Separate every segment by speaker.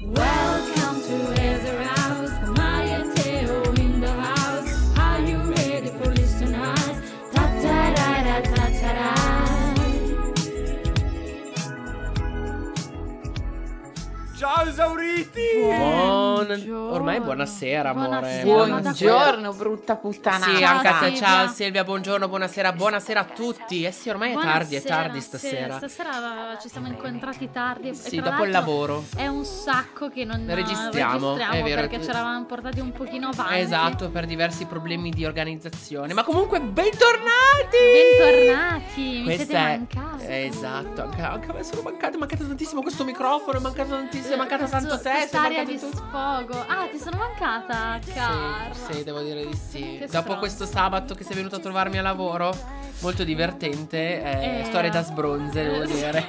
Speaker 1: Welcome to Ezra House, Mari and Theo in the house. Are you ready for listeners? Ta ta ra ra ta ta ra.
Speaker 2: Ciao esauriti!
Speaker 3: Buon-
Speaker 1: Buongiorno.
Speaker 3: Ormai buonasera, amore.
Speaker 1: Buonasera, ma da
Speaker 4: Buongiorno, brutta puttana.
Speaker 3: Sì,
Speaker 1: Ciao,
Speaker 3: anche a te.
Speaker 1: Silvia.
Speaker 3: Ciao Silvia, buongiorno, buonasera, buonasera a tutti. Eh sì, ormai è tardi, è
Speaker 1: Buonasera,
Speaker 3: tardi
Speaker 1: sì,
Speaker 3: stasera.
Speaker 1: stasera ci siamo incontrati tardi. e
Speaker 3: Sì,
Speaker 1: tra
Speaker 3: dopo il
Speaker 1: l'altro
Speaker 3: lavoro.
Speaker 1: È un sacco che non
Speaker 3: Registriamo,
Speaker 1: registriamo
Speaker 3: è vero.
Speaker 1: perché ce l'avevamo portati un pochino avanti.
Speaker 3: Esatto, per diversi problemi di organizzazione. Ma comunque, bentornati!
Speaker 1: Bentornati, mi siete
Speaker 3: Questa è-
Speaker 1: mancati.
Speaker 3: Esatto, anche, anche a me sono mancato, è mancato tantissimo questo microfono, è mancato tantissimo, è mancato
Speaker 1: Eh, Questo-
Speaker 3: tanto te, sei
Speaker 1: Quest'area
Speaker 3: mancato
Speaker 1: di
Speaker 3: tu.
Speaker 1: sfogo. Ah, ti sono mancata, cara.
Speaker 3: Sì, sì, devo dire di sì.
Speaker 1: Che
Speaker 3: Dopo
Speaker 1: stronzo.
Speaker 3: questo sabato che sei venuto a trovarmi a lavoro, molto divertente, eh,
Speaker 1: Eh.
Speaker 3: storie da sbronze, devo dire.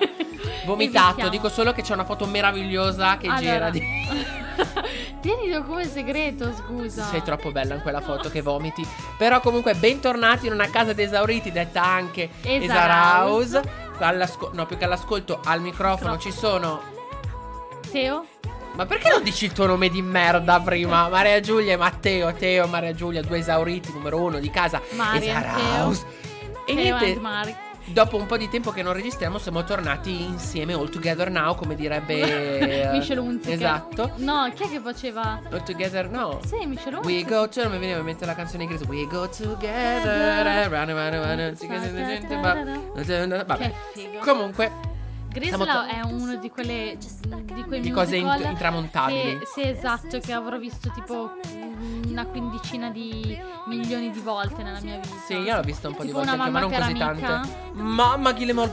Speaker 3: Vomitato,
Speaker 1: Evitiamo.
Speaker 3: dico solo che c'è una foto meravigliosa che
Speaker 1: Allora,
Speaker 3: gira di...
Speaker 1: Tienilo come segreto, scusa.
Speaker 3: Sei troppo bella in quella foto che vomiti. Però comunque bentornati in una casa di esauriti, detta anche
Speaker 1: Esa
Speaker 3: Esaraus. All'asco- no, più che all'ascolto, al microfono
Speaker 1: Microfono.
Speaker 3: ci sono...
Speaker 1: Teo?
Speaker 3: Ma perché non dici il tuo nome di merda prima? Maria Giulia e Matteo, Teo, Maria Giulia, due esauriti, numero uno di casa.
Speaker 1: Maria,
Speaker 3: Esaraus. E
Speaker 1: Teo and
Speaker 3: niente,
Speaker 1: Mari.
Speaker 3: dopo un po' di tempo che non registriamo siamo tornati insieme, all together now, come direbbe...
Speaker 1: Michel Hunziker.
Speaker 3: Esatto.
Speaker 1: No, chi è che faceva?
Speaker 3: All together now.
Speaker 1: Sì, Michel
Speaker 3: We
Speaker 1: Hunziker.
Speaker 3: go to, non mi veniva in mente la canzone inglese We go together run, run, run, run.
Speaker 1: Che
Speaker 3: Vabbè
Speaker 1: figo.
Speaker 3: Comunque
Speaker 1: Grisla
Speaker 3: Siamo to-
Speaker 1: è uno di quelle di quei
Speaker 3: Di cose
Speaker 1: musical
Speaker 3: int- intramontabili.
Speaker 1: che- sì, esatto, che avrò visto tipo una quindicina di milioni di volte nella mia vita.
Speaker 3: Sì io l'ho vista un po' di
Speaker 1: Tipo
Speaker 3: volte
Speaker 1: una
Speaker 3: anche, Ma non
Speaker 1: mamma
Speaker 3: così
Speaker 1: che era amica.
Speaker 3: tante Mamma Gilmore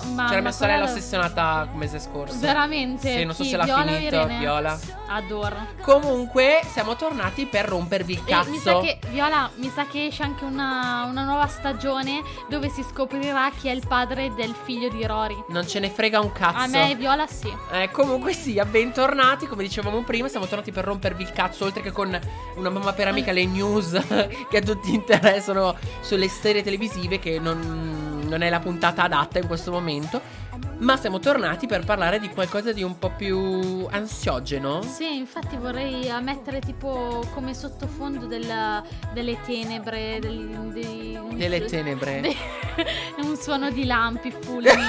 Speaker 1: Mamma,
Speaker 3: C'era mia
Speaker 1: quella-
Speaker 3: sorella ossessionata mese scorso
Speaker 1: Veramente?
Speaker 3: Sì non so
Speaker 1: Chi?
Speaker 3: se l'ha
Speaker 1: Viola o
Speaker 3: finito
Speaker 1: Irene?
Speaker 3: Viola
Speaker 1: Adoro.
Speaker 3: Comunque siamo tornati per rompervi il
Speaker 1: E
Speaker 3: cazzo
Speaker 1: mi sa che Viola, mi sa che esce anche una, una nuova stagione dove si scoprirà chi è il padre del figlio di Rory.
Speaker 3: Non ce ne frega un cazzo
Speaker 1: A me e Viola sì.
Speaker 3: Eh, comunque sia, bentornati, come dicevamo prima, siamo tornati per rompervi il cazzo, oltre che con una mamma per amica le news che a tutti interessano sulle serie televisive, che non, non è la puntata adatta in questo momento, ma siamo tornati per parlare di qualcosa di un po' più ansiogeno.
Speaker 1: Sì, infatti vorrei eh, mettere tipo come sottofondo del- delle tenebre, del- dei- un
Speaker 3: Delle
Speaker 1: su-
Speaker 3: tenebre.
Speaker 1: de- un suono di lampi fulmini.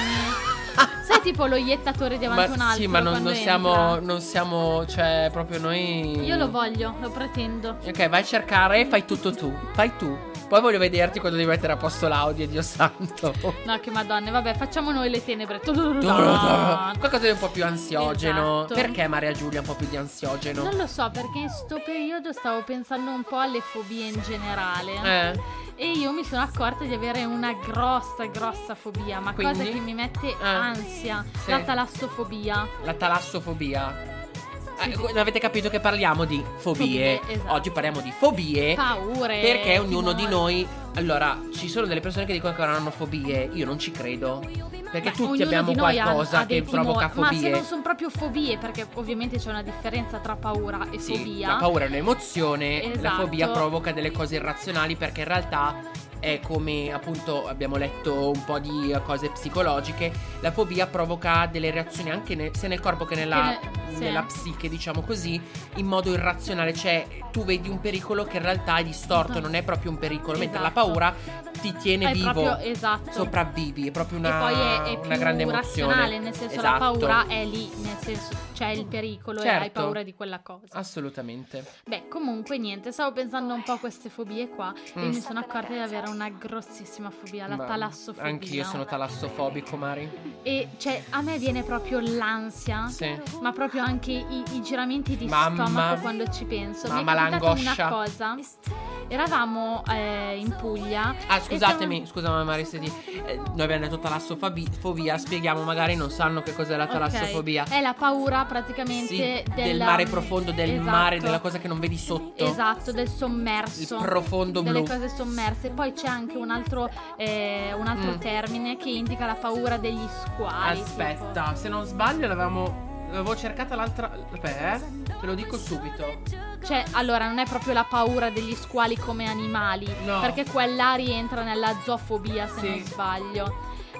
Speaker 1: Sai tipo lo iettatore di avanti un
Speaker 3: ma
Speaker 1: altro
Speaker 3: sì, ma non,
Speaker 1: quando
Speaker 3: non
Speaker 1: entra?
Speaker 3: siamo, non siamo, cioè, proprio noi...
Speaker 1: Io lo voglio, lo pretendo.
Speaker 3: Ok, vai a cercare, fai tutto tu, fai tu. Poi voglio vederti quando devi mettere a posto l'audio, Dio santo.
Speaker 1: No, che madonna, vabbè, facciamo noi le tenebre.
Speaker 3: Qualcosa di un po' più ansiogeno.
Speaker 1: Esatto.
Speaker 3: Perché Maria Giulia un po' più di ansiogeno?
Speaker 1: Non lo so perché in sto periodo stavo pensando un po' alle fobie in generale
Speaker 3: Eh,
Speaker 1: e io mi sono accorta di avere una grossa grossa fobia, ma cosa
Speaker 3: Quindi?
Speaker 1: che mi mette
Speaker 3: Ah.
Speaker 1: ansia,
Speaker 3: Sì.
Speaker 1: la talassofobia.
Speaker 3: la talassofobia. Eh, non avete capito che parliamo di fobie.
Speaker 1: Fobie, esatto.
Speaker 3: Oggi parliamo di fobie.
Speaker 1: Paure.
Speaker 3: perché ognuno di
Speaker 1: timori.
Speaker 3: noi. Allora, ci sono delle persone che dicono che non hanno fobie. Io non ci credo. Perché
Speaker 1: Beh,
Speaker 3: tutti
Speaker 1: ognuno
Speaker 3: abbiamo
Speaker 1: di noi ha-
Speaker 3: qualcosa
Speaker 1: ha
Speaker 3: che
Speaker 1: dei timori.
Speaker 3: provoca
Speaker 1: Ma se
Speaker 3: fobie.
Speaker 1: non sono proprio fobie, perché ovviamente c'è una differenza tra paura e
Speaker 3: Sì,
Speaker 1: fobia.
Speaker 3: la paura è un'emozione, la
Speaker 1: Esatto.
Speaker 3: fobia provoca delle cose irrazionali perché in realtà è come appunto abbiamo letto un po' di eh, cose psicologiche, la fobia provoca delle reazioni anche ne- sia nel corpo che nella,
Speaker 1: Che ne- sì.
Speaker 3: nella psiche, diciamo così, in modo irrazionale, cioè tu vedi un pericolo che in realtà è distorto, non è proprio un pericolo, mentre la
Speaker 1: Esatto.
Speaker 3: paura ti tiene
Speaker 1: è
Speaker 3: vivo,
Speaker 1: proprio esatto.
Speaker 3: sopravvivi, è proprio una,
Speaker 1: e poi è, è
Speaker 3: una
Speaker 1: più
Speaker 3: grande emozione.
Speaker 1: razionale, nel senso la
Speaker 3: Esatto.
Speaker 1: paura è lì, nel senso c'è il pericolo e hai
Speaker 3: Certo.
Speaker 1: paura di quella cosa.
Speaker 3: Assolutamente.
Speaker 1: Beh, comunque niente, stavo pensando un po' a queste fobie qua e
Speaker 3: Mm.
Speaker 1: mi sono accorta di avere una grossissima fobia, la
Speaker 3: Ma
Speaker 1: talassofobia.
Speaker 3: Anch'io sono talassofobico, Mari.
Speaker 1: E cioè a me viene proprio l'ansia.
Speaker 3: Sì.
Speaker 1: Ma proprio anche i, i giramenti di
Speaker 3: Mamma.
Speaker 1: stomaco quando ci penso.
Speaker 3: Mamma,
Speaker 1: Mi è capitata
Speaker 3: l'angoscia.
Speaker 1: una cosa. Eravamo eh, in Puglia.
Speaker 3: Ah,
Speaker 1: E
Speaker 3: scusatemi, scusami Mari, se ti... eh, noi abbiamo detto talassofobia, spieghiamo, magari non sanno che cos'è la
Speaker 1: siamo- ok. Eh,
Speaker 3: talassofobia.
Speaker 1: È la paura praticamente
Speaker 3: Sì,
Speaker 1: del,
Speaker 3: del mare profondo, del
Speaker 1: esatto.
Speaker 3: mare, della cosa che non vedi sotto.
Speaker 1: Esatto, del
Speaker 3: Il
Speaker 1: sommerso.
Speaker 3: profondo
Speaker 1: delle
Speaker 3: blu.
Speaker 1: cose sommerse. Poi c'è anche un altro, eh, un altro
Speaker 3: Mm.
Speaker 1: termine che indica la paura degli squali.
Speaker 3: Aspetta, se non sbaglio l'avevamo... L'avevo cercata l'altra... Beh, te lo dico subito.
Speaker 1: tipo. Cioè, allora, non è proprio la paura degli squali come animali.
Speaker 3: No.
Speaker 1: Perché quella rientra nella zoofobia, se
Speaker 3: Sì.
Speaker 1: non sbaglio.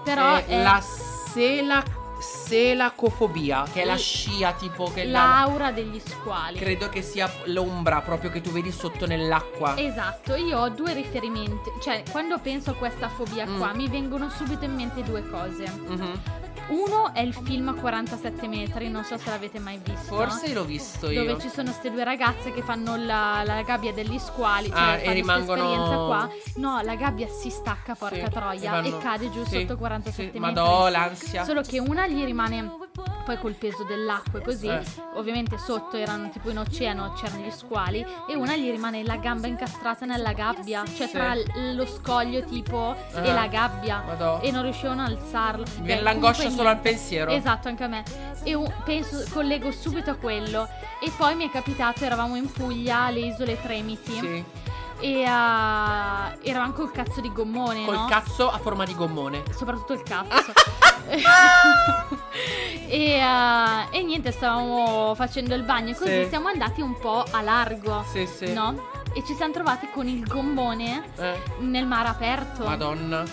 Speaker 1: Però
Speaker 3: Eh,
Speaker 1: è
Speaker 3: La sela... selacofobia, che è la scia tipo che la-
Speaker 1: L'aura degli squali.
Speaker 3: credo che sia l'ombra proprio che tu vedi sotto nell'acqua.
Speaker 1: Esatto, io ho due riferimenti, cioè quando penso a questa fobia
Speaker 3: Mm.
Speaker 1: qua mi vengono subito in mente due cose.
Speaker 3: Mhm.
Speaker 1: Uno è il film 47 metri, non so se l'avete mai visto.
Speaker 3: Forse l'ho visto Esatto, io.
Speaker 1: Dove ci sono queste due ragazze che fanno la, la gabbia degli squali, cioè
Speaker 3: Ah,
Speaker 1: fanno
Speaker 3: e
Speaker 1: questa
Speaker 3: rimangono-
Speaker 1: esperienza qua. No, la gabbia si stacca,
Speaker 3: Sì,
Speaker 1: porca troia,
Speaker 3: e
Speaker 1: e,
Speaker 3: vanno-
Speaker 1: cade giù
Speaker 3: sì,
Speaker 1: sotto 47 metri.
Speaker 3: sì, Madò, l'ansia.
Speaker 1: Solo che una gli rimane poi col peso dell'acqua e così,
Speaker 3: Eh.
Speaker 1: ovviamente sotto erano tipo in oceano, c'erano gli squali e una gli rimane la gamba incastrata nella gabbia, cioè
Speaker 3: Sì.
Speaker 1: tra l- lo scoglio tipo
Speaker 3: Ah.
Speaker 1: e la gabbia
Speaker 3: Madò.
Speaker 1: e non riuscivano ad alzarlo.
Speaker 3: Mi
Speaker 1: Beh,
Speaker 3: viene l'angoscia
Speaker 1: comunque
Speaker 3: solo al
Speaker 1: niente.
Speaker 3: pensiero.
Speaker 1: Esatto, anche a me. E un- penso, collego subito a quello. E poi mi è capitato, eravamo in Puglia, alle isole Tremiti.
Speaker 3: Sì.
Speaker 1: E ah, eravamo col cazzo di gommone,
Speaker 3: Col
Speaker 1: no?
Speaker 3: cazzo a forma di gommone.
Speaker 1: soprattutto il cazzo. e, eh, e niente, stavamo facendo il bagno e così
Speaker 3: Sì.
Speaker 1: siamo andati un po' a largo,
Speaker 3: Sì, sì.
Speaker 1: no? Esatto. E ci siamo trovati con il gommone
Speaker 3: Eh,
Speaker 1: nel mare aperto.
Speaker 3: Madonna.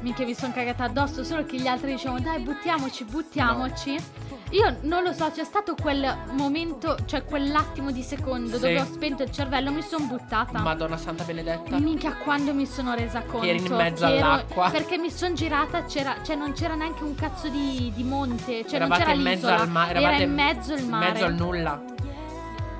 Speaker 1: Minchia, vi sono cagata addosso, solo che gli altri dicevano dai, buttiamoci, buttiamoci. Io non lo so, c'è stato quel momento, cioè quell'attimo di secondo
Speaker 3: Sì.
Speaker 1: dove ho spento il cervello, mi sono buttata.
Speaker 3: Madonna Santa Benedetta.
Speaker 1: Minchia, quando mi sono resa conto
Speaker 3: eri in mezzo
Speaker 1: che ero-
Speaker 3: all'acqua.
Speaker 1: Perché mi sono girata, c'era, cioè non c'era neanche un cazzo di, di monte, cioè non
Speaker 3: eravate
Speaker 1: c'era
Speaker 3: in mezzo
Speaker 1: l'isola,
Speaker 3: al mare.
Speaker 1: era in mezzo al mare.
Speaker 3: In mezzo al nulla.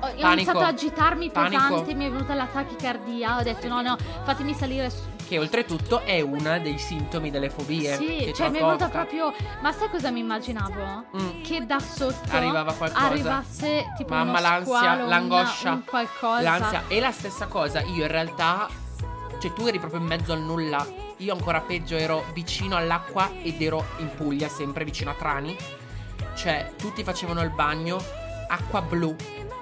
Speaker 1: Ho- Ho
Speaker 3: Panico.
Speaker 1: iniziato ad agitarmi
Speaker 3: Panico.
Speaker 1: pesante, mi è venuta la tachicardia, ho detto no no, fatemi salire su.
Speaker 3: Che oltretutto è uno dei sintomi delle fobie.
Speaker 1: Sì,
Speaker 3: eh, che
Speaker 1: cioè mi è venuta
Speaker 3: travolta.
Speaker 1: proprio... Ma sai cosa mi immaginavo?
Speaker 3: Mm.
Speaker 1: Che da sotto
Speaker 3: Arrivava qualcosa.
Speaker 1: arrivasse tipo
Speaker 3: Mamma,
Speaker 1: uno
Speaker 3: l'ansia,
Speaker 1: squalo, una-
Speaker 3: l'angoscia,
Speaker 1: un qualcosa.
Speaker 3: L'ansia. E la stessa cosa, io in realtà. Cioè, tu eri proprio in mezzo al nulla. Io ancora peggio ero vicino all'acqua ed ero in Puglia, sempre vicino a Trani. Cioè, tutti facevano il bagno, acqua blu.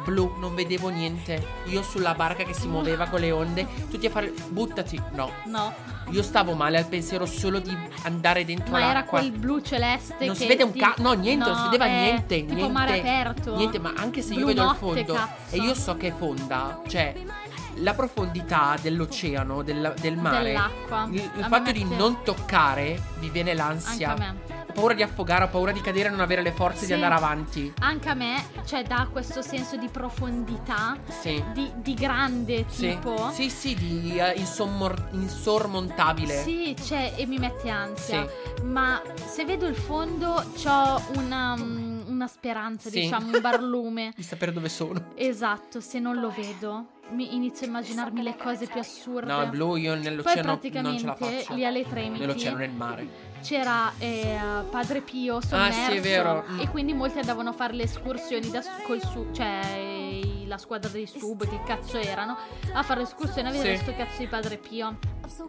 Speaker 3: Blu, non vedevo niente. Io sulla barca che si muoveva con le onde, tutti a fare. Buttati. No,
Speaker 1: No,
Speaker 3: io stavo male al pensiero solo di andare dentro
Speaker 1: ma era
Speaker 3: l'acqua.
Speaker 1: quel blu celeste
Speaker 3: Non
Speaker 1: che
Speaker 3: si vede un
Speaker 1: ti-
Speaker 3: cazzo, no, niente, non si vedeva
Speaker 1: eh,
Speaker 3: niente.
Speaker 1: Tipo
Speaker 3: niente,
Speaker 1: mare aperto.
Speaker 3: Niente, ma anche se
Speaker 1: Esatto. Blu
Speaker 3: io vedo il
Speaker 1: notte,
Speaker 3: fondo
Speaker 1: cazzo.
Speaker 3: e io so che è fonda, cioè la profondità dell'oceano, della- del, mare,
Speaker 1: Dell'acqua.
Speaker 3: il, il
Speaker 1: A me
Speaker 3: fatto di
Speaker 1: mette-
Speaker 3: non toccare mi viene
Speaker 1: Anche
Speaker 3: l'ansia.
Speaker 1: a me.
Speaker 3: Ho paura di affogare, ho paura di cadere e non avere le forze
Speaker 1: Sì.
Speaker 3: di andare avanti.
Speaker 1: Anche a me, cioè, dà questo senso di profondità,
Speaker 3: Sì.
Speaker 1: di, di grande
Speaker 3: Sì.
Speaker 1: tipo.
Speaker 3: Sì, sì, di eh, insommor- insormontabile.
Speaker 1: Sì, cioè, e mi mette ansia.
Speaker 3: Sì.
Speaker 1: Ma se vedo il fondo, ho una, mm, una speranza,
Speaker 3: Sì.
Speaker 1: diciamo, un barlume.
Speaker 3: Di sapere dove sono.
Speaker 1: esatto, se non lo vedo, mi inizio a immaginarmi le cose più assurde.
Speaker 3: No, il blu io
Speaker 1: Poi
Speaker 3: nell'oceano non ce la
Speaker 1: praticamente
Speaker 3: faccio.
Speaker 1: lì alle Tremiti
Speaker 3: Nell'oceano, nel mare.
Speaker 1: c'era eh, Padre Pio sommerso
Speaker 3: Ah, sì, è vero. Mm.
Speaker 1: e quindi molti andavano a fare le escursioni da su- col su, cioè eh, la squadra dei sub che cazzo erano a fare l'escursione a vedere
Speaker 3: Sì.
Speaker 1: sto cazzo di Padre Pio.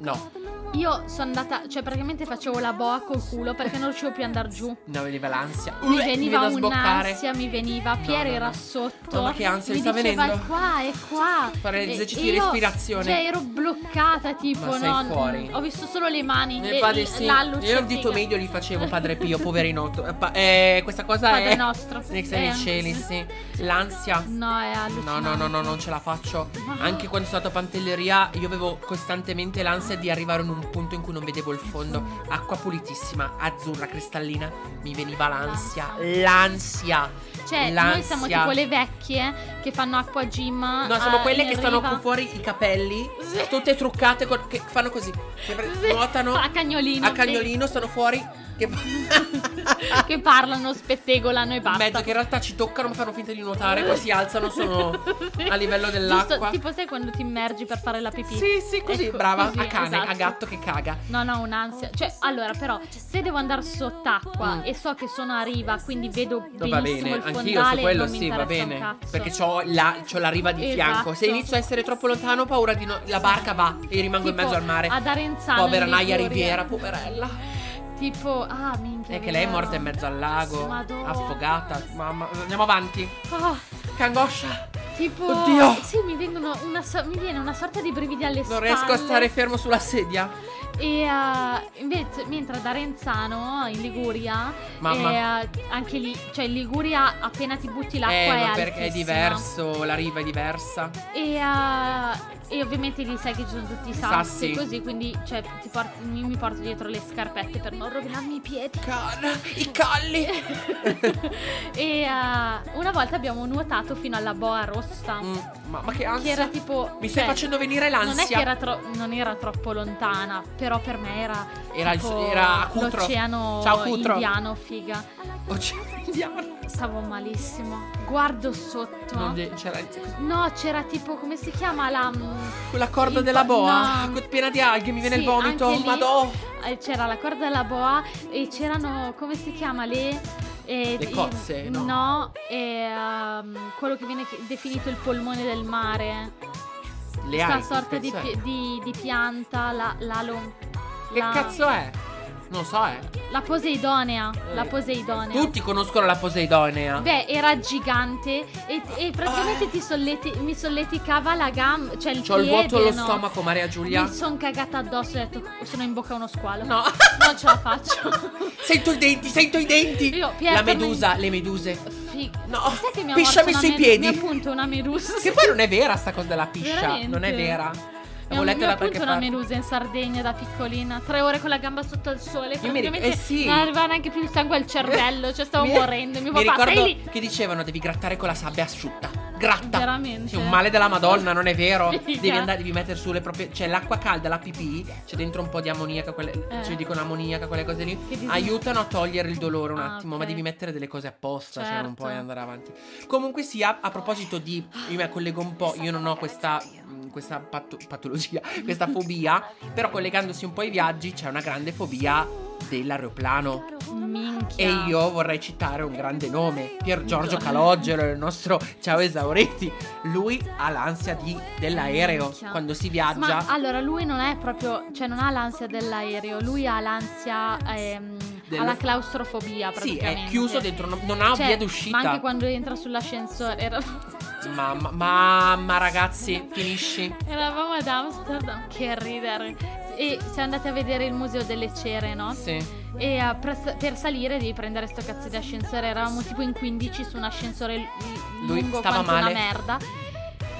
Speaker 3: No,
Speaker 1: Io sono andata, cioè praticamente facevo la boa col culo perché non riuscivo più ad andare giù.
Speaker 3: No, veniva l'ansia.
Speaker 1: Mi
Speaker 3: Uh,
Speaker 1: veniva
Speaker 3: viene da sboccare.
Speaker 1: un'ansia, mi veniva, Pier
Speaker 3: no,
Speaker 1: era
Speaker 3: no.
Speaker 1: sotto.
Speaker 3: No, ma che ansia,
Speaker 1: mi
Speaker 3: mi sta
Speaker 1: diceva,
Speaker 3: venendo.
Speaker 1: È qua, è qua.
Speaker 3: Fare
Speaker 1: E-
Speaker 3: eserciti
Speaker 1: e
Speaker 3: di
Speaker 1: io,
Speaker 3: respirazione.
Speaker 1: Cioè, ero bloccata, tipo,
Speaker 3: Ma sei
Speaker 1: no,
Speaker 3: fuori.
Speaker 1: Ho visto solo le mani.
Speaker 3: Mio
Speaker 1: le-
Speaker 3: padre sì.
Speaker 1: la luce
Speaker 3: Io il dito
Speaker 1: figa.
Speaker 3: medio li facevo padre Pio, poverino. Eh, pa- eh, questa cosa
Speaker 1: Padre
Speaker 3: è
Speaker 1: nostro.
Speaker 3: Nei nei
Speaker 1: Eh.
Speaker 3: cieli, sì. L'ansia.
Speaker 1: No, è
Speaker 3: No,
Speaker 1: allucinante.
Speaker 3: no, no, no, non ce la faccio. Anche quando sono stato a Pantelleria, io avevo costantemente l'ansia di arrivare in un punto in cui non vedevo il fondo. Acqua pulitissima, azzurra, cristallina. Mi veniva l'ansia. L'ansia.
Speaker 1: Cioè, noi siamo
Speaker 3: l'ansia.
Speaker 1: tipo le vecchie che fanno acqua gym.
Speaker 3: No, siamo
Speaker 1: a-
Speaker 3: quelle
Speaker 1: in
Speaker 3: che stanno
Speaker 1: riva.
Speaker 3: qui fuori i capelli,
Speaker 1: ah, Sì.
Speaker 3: tutte truccate, con- che fanno così, che pre-
Speaker 1: Sì,
Speaker 3: nuotano
Speaker 1: A cagnolino.
Speaker 3: a cagnolino, stanno fuori, che
Speaker 1: Sì. che parlano, spettegolano e
Speaker 3: in
Speaker 1: basta.
Speaker 3: mezzo che in realtà ci toccano ma fanno finta di nuotare, poi si alzano, sono a livello dell'acqua.
Speaker 1: Giusto, tipo sai quando ti immergi per fare la pipì?
Speaker 3: Sì, sì, così,
Speaker 1: Ecco,
Speaker 3: brava,
Speaker 1: così,
Speaker 3: a cane,
Speaker 1: esatto.
Speaker 3: a gatto che caga.
Speaker 1: No, no, un'ansia. Cioè, allora, però, se devo andare sott'acqua
Speaker 3: Mm.
Speaker 1: e so che sono a riva, quindi vedo
Speaker 3: No,
Speaker 1: benissimo
Speaker 3: va bene,
Speaker 1: il fondale,
Speaker 3: anch'io su quello
Speaker 1: non mi
Speaker 3: sì, va
Speaker 1: interessa un
Speaker 3: bene.
Speaker 1: cazzo.
Speaker 3: Perché c'ho la, c'ho la riva di
Speaker 1: Esatto.
Speaker 3: fianco. Se inizio a essere troppo lontano, ho paura di no- La barca va e rimango in
Speaker 1: Tipo,
Speaker 3: mezzo al mare.
Speaker 1: Ad Arenzano.
Speaker 3: Povera
Speaker 1: in
Speaker 3: Naya
Speaker 1: Liguria.
Speaker 3: Riviera, poverella.
Speaker 1: Tipo, ah, minchia.
Speaker 3: È che lei è
Speaker 1: vero.
Speaker 3: morta in mezzo al lago,
Speaker 1: Madonna.
Speaker 3: affogata. Mamma, andiamo avanti.
Speaker 1: Ah,
Speaker 3: Che angoscia!
Speaker 1: tipo,
Speaker 3: Oddio.
Speaker 1: sì, mi, vengono una, so- mi viene una sorta di brividi alle
Speaker 3: Non
Speaker 1: spalle.
Speaker 3: riesco a stare fermo sulla sedia.
Speaker 1: E eh, invece, mentre da Renzano in Liguria,
Speaker 3: Mamma.
Speaker 1: eh, anche lì, cioè in Liguria appena ti butti l'acqua
Speaker 3: eh,
Speaker 1: è
Speaker 3: ma perché è
Speaker 1: altissima.
Speaker 3: diverso, la riva è diversa.
Speaker 1: E, eh, e ovviamente lì sai che ci sono tutti i sassi,
Speaker 3: Sassi.
Speaker 1: così, quindi cioè, ti port- mi, mi porto dietro le scarpette per non rovinarmi i piedi.
Speaker 3: Cana, i colli.
Speaker 1: e eh, una volta abbiamo nuotato fino alla boa rossa.
Speaker 3: Mm, ma, ma che
Speaker 1: Che
Speaker 3: ansia.
Speaker 1: era tipo.
Speaker 3: Mi stai
Speaker 1: cioè,
Speaker 3: facendo venire
Speaker 1: Non è che
Speaker 3: l'ansia.
Speaker 1: era, tro- non era troppo lontana, però per me era.
Speaker 3: Era il-
Speaker 1: tipo
Speaker 3: era a Cutro.
Speaker 1: L'oceano
Speaker 3: Ciao, Cutro.
Speaker 1: indiano, figa.
Speaker 3: Oh, c'è il diavolo.
Speaker 1: Stavo malissimo. Guardo sotto.
Speaker 3: Non de- c'era
Speaker 1: No, c'era tipo, come si chiama la. mm,
Speaker 3: quella corda
Speaker 1: Il-
Speaker 3: della boa,
Speaker 1: no.
Speaker 3: que- piena di alghe, mi viene
Speaker 1: Sì,
Speaker 3: il vomito.
Speaker 1: anche lì.
Speaker 3: Madò.
Speaker 1: eh, C'era la corda della boa e c'erano, come si chiama, le. eh,
Speaker 3: Le
Speaker 1: i-
Speaker 3: cozze, no.
Speaker 1: e, ehm, quello che viene chi- definito il polmone del mare.
Speaker 3: Le
Speaker 1: Questa
Speaker 3: alghe, cioè,
Speaker 1: sorta di,
Speaker 3: cazzo
Speaker 1: pi-
Speaker 3: è?
Speaker 1: di- di pianta, la, la lom-
Speaker 3: Che
Speaker 1: la-
Speaker 3: cazzo è? Non so, eh.
Speaker 1: La Poseidonea. La Poseidonea.
Speaker 3: Tutti conoscono la Poseidonea.
Speaker 1: Beh, era gigante e, e praticamente ti solleti- mi solleticava la gamba, cioè il
Speaker 3: Ah. C'ho il
Speaker 1: piede,
Speaker 3: vuoto allo
Speaker 1: no?
Speaker 3: stomaco, Maria Giulia.
Speaker 1: Mi sono cagata addosso e ho detto sono in bocca a uno squalo.
Speaker 3: No.
Speaker 1: Non ce la faccio.
Speaker 3: sento i denti, sento i denti.
Speaker 1: Io, Pier,
Speaker 3: la
Speaker 1: torno
Speaker 3: medusa,
Speaker 1: in-
Speaker 3: le meduse.
Speaker 1: Fi-
Speaker 3: No,
Speaker 1: Sai che mi ha
Speaker 3: piscia
Speaker 1: morso
Speaker 3: messo
Speaker 1: una
Speaker 3: i
Speaker 1: me-
Speaker 3: piedi.
Speaker 1: Mi appunto una medusa.
Speaker 3: Che poi non è vera sta cosa della piscia,
Speaker 1: Veramente?
Speaker 3: non è vera.
Speaker 1: Mi
Speaker 3: Avevo
Speaker 1: ha-
Speaker 3: letto
Speaker 1: mi ha
Speaker 3: da
Speaker 1: appunto
Speaker 3: qualche
Speaker 1: una
Speaker 3: parte.
Speaker 1: medusa in Sardegna da piccolina, tre ore con la gamba sotto al sole,
Speaker 3: Io mi ri-
Speaker 1: praticamente
Speaker 3: eh sì.
Speaker 1: non arrivava neanche più il sangue al cervello, cioè stavo
Speaker 3: Mi-
Speaker 1: morendo, mio
Speaker 3: mi
Speaker 1: papà
Speaker 3: ricordo
Speaker 1: stai lì.
Speaker 3: che dicevano devi grattare con la sabbia asciutta. Gratta.
Speaker 1: Veramente?
Speaker 3: Sì, un male della Madonna, non è vero?
Speaker 1: Figa.
Speaker 3: Devi andare, devi mettere su le proprie. Cioè, l'acqua calda, la pipì, c'è dentro un po' di ammoniaca, quelle.
Speaker 1: Eh.
Speaker 3: Cioè, dicono ammoniaca, quelle cose lì.
Speaker 1: Che disin-
Speaker 3: Aiutano a togliere il dolore un
Speaker 1: Mhm. Ah,
Speaker 3: attimo,
Speaker 1: ok.
Speaker 3: ma devi mettere delle cose apposta, cioè non
Speaker 1: Certo.
Speaker 3: puoi andare avanti. Comunque sia, a proposito di. Io mi collego un po', io non ho questa. mh, Questa pato- patologia, questa fobia. Però collegandosi un po' ai viaggi, c'è una grande fobia dell'aeroplano.
Speaker 1: Minchia.
Speaker 3: E io vorrei citare un grande nome, Pier Giorgio Calogero, il nostro ciao esauriti. Lui ha l'ansia di- dell'aereo
Speaker 1: Minchia.
Speaker 3: quando si
Speaker 1: Ma
Speaker 3: viaggia.
Speaker 1: allora lui non è proprio, cioè non ha l'ansia dell'aereo, lui ha l'ansia ehm,
Speaker 3: Del-
Speaker 1: ha la claustrofobia
Speaker 3: Sì,
Speaker 1: praticamente.
Speaker 3: è chiuso dentro, non- non ha
Speaker 1: Cioè,
Speaker 3: via
Speaker 1: Ma anche
Speaker 3: d'uscita.
Speaker 1: quando entra sull'ascensore era-
Speaker 3: Mamma, mamma ragazzi, finisci.
Speaker 1: eravamo ad Amsterdam, che ridere. E siamo andati a vedere il museo delle cere, no?
Speaker 3: Sì.
Speaker 1: E eh, per, per salire devi prendere sto cazzo di ascensore. Eravamo tipo in 15 su un ascensore l- l-
Speaker 3: Lui
Speaker 1: lungo
Speaker 3: stava
Speaker 1: quanto
Speaker 3: male.
Speaker 1: una merda.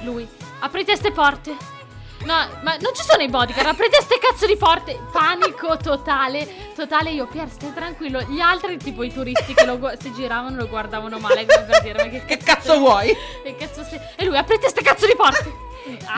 Speaker 1: Lui, aprite ste porte. No, ma non ci sono i bodyguard, aprite ste cazzo di porte. Panico totale, totale. Io, Pier, stai tranquillo. Gli altri, tipo i turisti che lo gu- si giravano, lo guardavano male come per dire, ma che
Speaker 3: Che
Speaker 1: cazzo,
Speaker 3: cazzo
Speaker 1: sei-
Speaker 3: vuoi?
Speaker 1: Che cazzo sei? E lui, aprite ste cazzo di porte.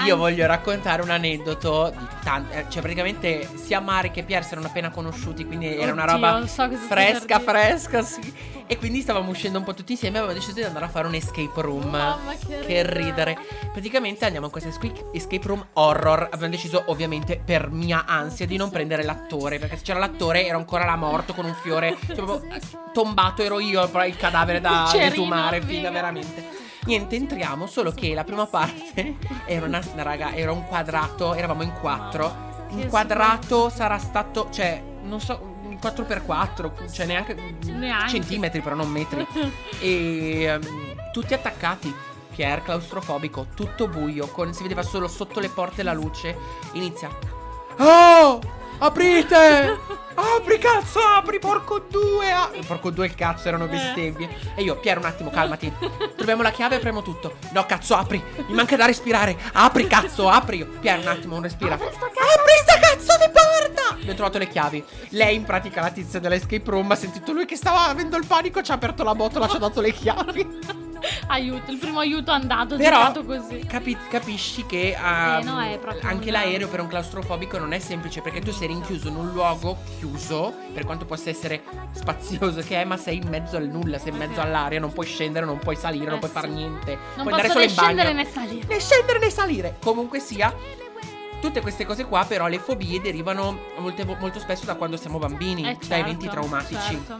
Speaker 3: Io voglio raccontare un aneddoto di tanti. eh, Cioè, praticamente sia Mari che Pier si erano appena conosciuti, quindi era una
Speaker 1: Oddio,
Speaker 3: roba
Speaker 1: non so cosa sto
Speaker 3: fresca,
Speaker 1: per dire.
Speaker 3: fresca, sì. E quindi stavamo uscendo un po' tutti insieme e avevamo deciso di andare a fare un escape room.
Speaker 1: Mamma, che
Speaker 3: ridere.
Speaker 1: ridere.
Speaker 3: Praticamente andiamo in questa squeak- escape room horror. Abbiamo deciso, ovviamente, per mia ansia, di non prendere l'attore. Perché se c'era l'attore, ero ancora là morto con un fiore. Cioè, proprio eh, tombato ero io, però il cadavere da
Speaker 1: Cerino,
Speaker 3: esumare, figa,
Speaker 1: figa.
Speaker 3: veramente. Niente, entriamo, solo che la prima parte era una raga, era un quadrato, eravamo in quattro. Un
Speaker 1: Che
Speaker 3: quadrato sarà stato, cioè, non so, un 4x4, cioè neanche,
Speaker 1: Neanche.
Speaker 3: centimetri, però non metri. e ehm, tutti attaccati. Pier claustrofobico, tutto buio, con, si vedeva solo sotto le porte la luce. Inizia. Oh! Aprite! Apri cazzo, apri porco due! a-" Porco due il cazzo, erano bestemmie. E io, Pier, un attimo, calmati. Troviamo la chiave e premo tutto. No, cazzo, apri! Mi manca da respirare! Apri, cazzo, apri! Io, Pier, un attimo, non respira.
Speaker 1: Apri sta cazzo-
Speaker 3: Apri sta cazzo di porta! Abbiamo trovato le chiavi. Lei, in pratica, la tizia dell'escape room, ha sentito lui che stava avendo il panico, ci ha aperto la botola, ci ha dato le chiavi.
Speaker 1: Aiuto, il primo aiuto è andato,
Speaker 3: Però
Speaker 1: girato così.
Speaker 3: capi- capisci che ehm,
Speaker 1: Eh, no, è proprio
Speaker 3: anche
Speaker 1: un-
Speaker 3: l'aereo per un claustrofobico non è semplice perché tu sei rinchiuso in un luogo chiuso, per quanto possa essere spazioso che è, ma sei in mezzo al nulla, sei in mezzo all'aria, non puoi scendere, non puoi salire, non
Speaker 1: Eh,
Speaker 3: puoi fare
Speaker 1: sì.
Speaker 3: niente.
Speaker 1: Non
Speaker 3: puoi andare
Speaker 1: posso
Speaker 3: solo
Speaker 1: né
Speaker 3: in bagno.
Speaker 1: scendere né salire.
Speaker 3: Né scendere né salire. Comunque sia, tutte queste cose qua però le fobie derivano molte vo- molto spesso da quando siamo bambini,
Speaker 1: Eh,
Speaker 3: da
Speaker 1: certo,
Speaker 3: eventi traumatici.
Speaker 1: certo.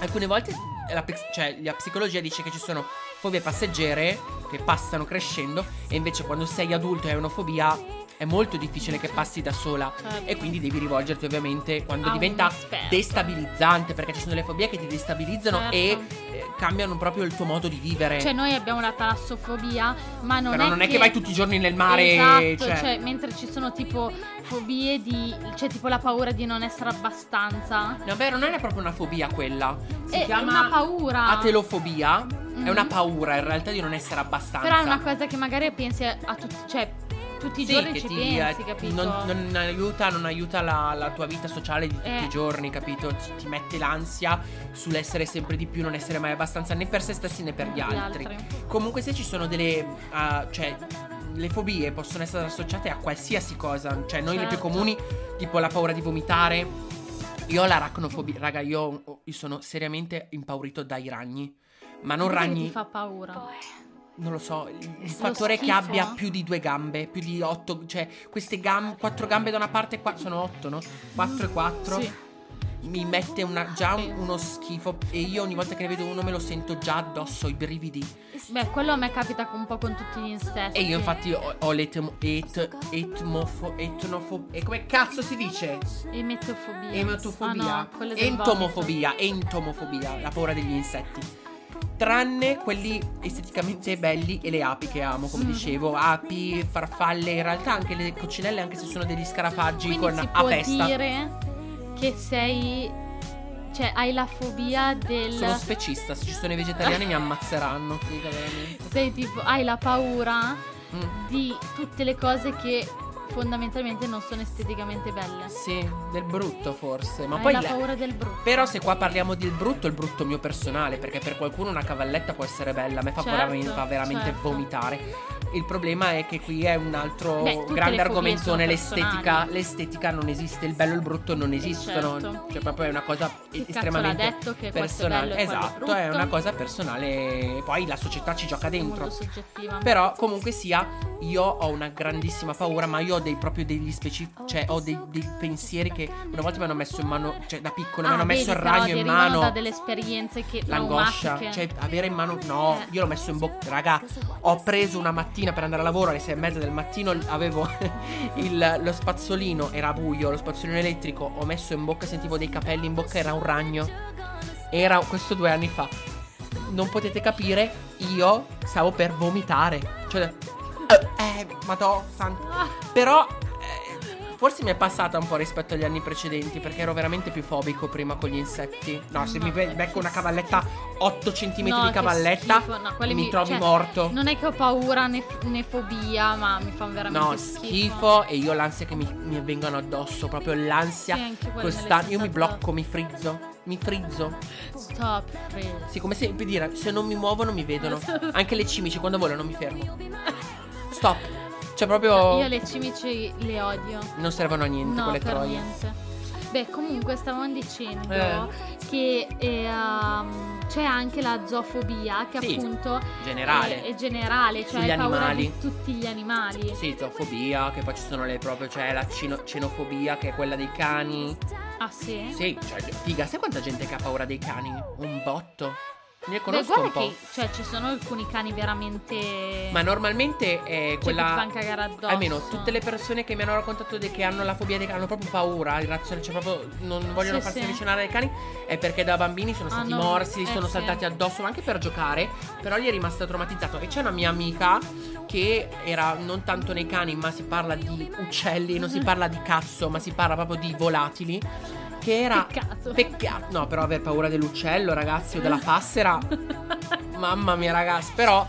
Speaker 3: Alcune volte la, pe- cioè, la psicologia dice che ci sono fobie passeggere che passano crescendo e invece quando sei adulto e hai una fobia è molto difficile che passi da sola.
Speaker 1: Certo.
Speaker 3: E quindi devi rivolgerti ovviamente quando
Speaker 1: A Ah, un
Speaker 3: diventa
Speaker 1: esperto.
Speaker 3: destabilizzante, perché ci sono delle fobie che ti destabilizzano
Speaker 1: Certo.
Speaker 3: e eh, cambiano proprio il tuo modo di vivere.
Speaker 1: Cioè, noi abbiamo la talassofobia, ma non
Speaker 3: Però
Speaker 1: è
Speaker 3: non
Speaker 1: che...
Speaker 3: è che vai tutti i giorni nel mare,
Speaker 1: Esatto,
Speaker 3: cioè-
Speaker 1: cioè... mentre ci sono tipo fobie di... Cioè, tipo la paura di non essere abbastanza.
Speaker 3: No, beh, non è proprio una fobia quella. Si
Speaker 1: è
Speaker 3: chiama
Speaker 1: una paura.
Speaker 3: atelofobia. È
Speaker 1: Mhm.
Speaker 3: una paura in realtà di non essere abbastanza.
Speaker 1: Però è una cosa che magari pensi a a tutti... Cioè, tutti i
Speaker 3: Sì,
Speaker 1: giorni
Speaker 3: che
Speaker 1: ci
Speaker 3: ti,
Speaker 1: pensi,
Speaker 3: eh,
Speaker 1: capito?
Speaker 3: Non, non aiuta, non aiuta la, la tua vita sociale di tutti
Speaker 1: Eh.
Speaker 3: i giorni, capito? Ci- ti mette l'ansia sull'essere sempre di più, non essere mai abbastanza né per se stessi né per gli altri. Comunque se ci sono delle... ah, cioè, le fobie possono essere associate a qualsiasi cosa. Cioè, noi le più
Speaker 1: Certo.
Speaker 3: comuni, tipo la paura di vomitare. Io ho l'aracnofobia, raga, io, io sono seriamente impaurito dai ragni. Ma non
Speaker 1: Perché
Speaker 3: ragni,
Speaker 1: Ti fa paura.
Speaker 3: non lo so, il il
Speaker 1: Lo
Speaker 3: fattore è che
Speaker 1: schifo,
Speaker 3: abbia
Speaker 1: eh?
Speaker 3: più di due gambe, più di otto, cioè queste gambe, quattro gambe da una parte e qua sono otto, no? Quattro e quattro.
Speaker 1: Sì.
Speaker 3: Mi mette una- già un- uno schifo e io ogni volta che ne vedo uno me lo sento già addosso, i brividi.
Speaker 1: Beh, quello a me capita un po' con tutti gli insetti.
Speaker 3: E io infatti ho, ho l'etmo, et, etmofo, etnofo, e come cazzo si dice?
Speaker 1: Emetofobia.
Speaker 3: Ematofobia,
Speaker 1: Ah, no, quella del
Speaker 3: entomofobia, entomofobia, la paura degli insetti. Tranne quelli esteticamente belli e le api che amo, come
Speaker 1: Mm.
Speaker 3: dicevo, api, farfalle, in realtà anche le coccinelle, anche se sono degli scarafaggi
Speaker 1: Quindi
Speaker 3: con
Speaker 1: si
Speaker 3: a
Speaker 1: può
Speaker 3: testa.
Speaker 1: dire che sei cioè hai la fobia del
Speaker 3: Sono specista, se ci sono i vegetariani mi ammazzeranno. Figa, veramente.
Speaker 1: sei tipo hai la paura
Speaker 3: Mm.
Speaker 1: di tutte le cose che fondamentalmente non sono esteticamente belle.
Speaker 3: Sì, del brutto forse, ma
Speaker 1: hai
Speaker 3: poi
Speaker 1: la
Speaker 3: le-
Speaker 1: paura del brutto.
Speaker 3: Però se qua parliamo del brutto, il brutto mio personale, perché per qualcuno una cavalletta può essere bella, a me fa
Speaker 1: Certo,
Speaker 3: veramente, fa veramente
Speaker 1: certo.
Speaker 3: vomitare. Il problema è che qui è un altro
Speaker 1: Beh, tutte le
Speaker 3: grande
Speaker 1: fobie
Speaker 3: argomentone,
Speaker 1: sono
Speaker 3: l'estetica,
Speaker 1: personali.
Speaker 3: l'estetica non esiste, il bello e il brutto non esistono,
Speaker 1: certo.
Speaker 3: cioè proprio è una cosa
Speaker 1: Che cazzo
Speaker 3: estremamente
Speaker 1: l'ha detto che questo è
Speaker 3: personale.
Speaker 1: bello e quello è
Speaker 3: esatto, è
Speaker 1: brutto?
Speaker 3: una cosa personale, poi la società ci gioca
Speaker 1: è molto
Speaker 3: dentro.
Speaker 1: soggettiva.
Speaker 3: Però comunque sia, io ho una grandissima paura, ma io ho dei proprio degli specifici,
Speaker 1: Oh,
Speaker 3: cioè ho dei, dei pensieri che una volta mi hanno messo in mano, cioè da piccola
Speaker 1: Ah,
Speaker 3: mi hanno
Speaker 1: vedi,
Speaker 3: messo il
Speaker 1: però
Speaker 3: ragno in
Speaker 1: derivano
Speaker 3: mano.
Speaker 1: da delle esperienze che
Speaker 3: L'angoscia,
Speaker 1: traumatiche.
Speaker 3: cioè avere in mano, no,
Speaker 1: Eh.
Speaker 3: io l'ho messo in bocca, raga, ho preso una mattina per andare a lavoro alle sei e mezza del mattino, l- avevo il- lo spazzolino, era buio, lo spazzolino elettrico, ho messo in bocca, sentivo dei capelli in bocca, era un ragno, era questo due anni fa, non potete capire, io stavo per vomitare, cioè, eh, madò, santo,
Speaker 1: Ah,
Speaker 3: però eh, forse mi è passata un po' rispetto agli anni precedenti perché ero veramente più fobico prima con gli insetti. No, se mi be- becco una cavalletta 8 cm
Speaker 1: no,
Speaker 3: di
Speaker 1: che
Speaker 3: cavalletta
Speaker 1: schifo. No, quelli
Speaker 3: mi, trovi
Speaker 1: cioè,
Speaker 3: morto.
Speaker 1: Non è che ho paura né, né fobia, ma mi fanno veramente
Speaker 3: No, schifo e io l'ansia che mi, mi vengono addosso, proprio l'ansia
Speaker 1: Sì, anche quella me l'hai
Speaker 3: costante. Io mi
Speaker 1: sentata.
Speaker 3: blocco, mi frizzo, mi frizzo.
Speaker 1: Stop, please.
Speaker 3: Sì, come se per dire, se non mi muovo non mi vedono. Anche le cimici quando volano mi fermo. Stop. Cioè proprio
Speaker 1: Io le cimici le odio.
Speaker 3: non servono a niente
Speaker 1: no,
Speaker 3: quelle
Speaker 1: per
Speaker 3: troie.
Speaker 1: niente. Beh, comunque stavamo dicendo
Speaker 3: Eh.
Speaker 1: che ehm, c'è anche la zoofobia che
Speaker 3: Sì,
Speaker 1: appunto
Speaker 3: In
Speaker 1: è,
Speaker 3: Generale.
Speaker 1: è generale, cioè
Speaker 3: Sugli
Speaker 1: hai paura
Speaker 3: animali.
Speaker 1: di tutti gli animali.
Speaker 3: Sì, zoofobia, che poi ci sono le proprio, cioè la cino- cenofobia che è quella dei cani.
Speaker 1: Ah sì?
Speaker 3: Sì, cioè, figa, sai quanta gente che ha paura dei cani? Un botto. Ne
Speaker 1: Beh,
Speaker 3: conosco
Speaker 1: guarda
Speaker 3: un po'.
Speaker 1: che cioè, ci sono alcuni cani veramente
Speaker 3: Ma normalmente
Speaker 1: cioè,
Speaker 3: è
Speaker 1: che ti
Speaker 3: quella.
Speaker 1: fanno cagare addosso.
Speaker 3: Almeno tutte le persone che mi hanno raccontato di- che hanno la fobia dei cani hanno proprio paura, irrazionale, cioè proprio non vogliono
Speaker 1: Sì,
Speaker 3: farsi
Speaker 1: sì.
Speaker 3: avvicinare ai cani, è perché da bambini sono stati
Speaker 1: Hanno-
Speaker 3: morsi,
Speaker 1: eh,
Speaker 3: sono
Speaker 1: sì.
Speaker 3: saltati addosso, ma anche per giocare, però gli è rimasto traumatizzato. E c'è una mia amica che era non tanto nei cani, ma si parla di uccelli, non si parla di cazzo, ma si parla proprio di volatili, che era
Speaker 1: Peccato.
Speaker 3: peccato. No, però aver paura dell'uccello, ragazzi, o della passera, Mamma mia, ragazzi, però.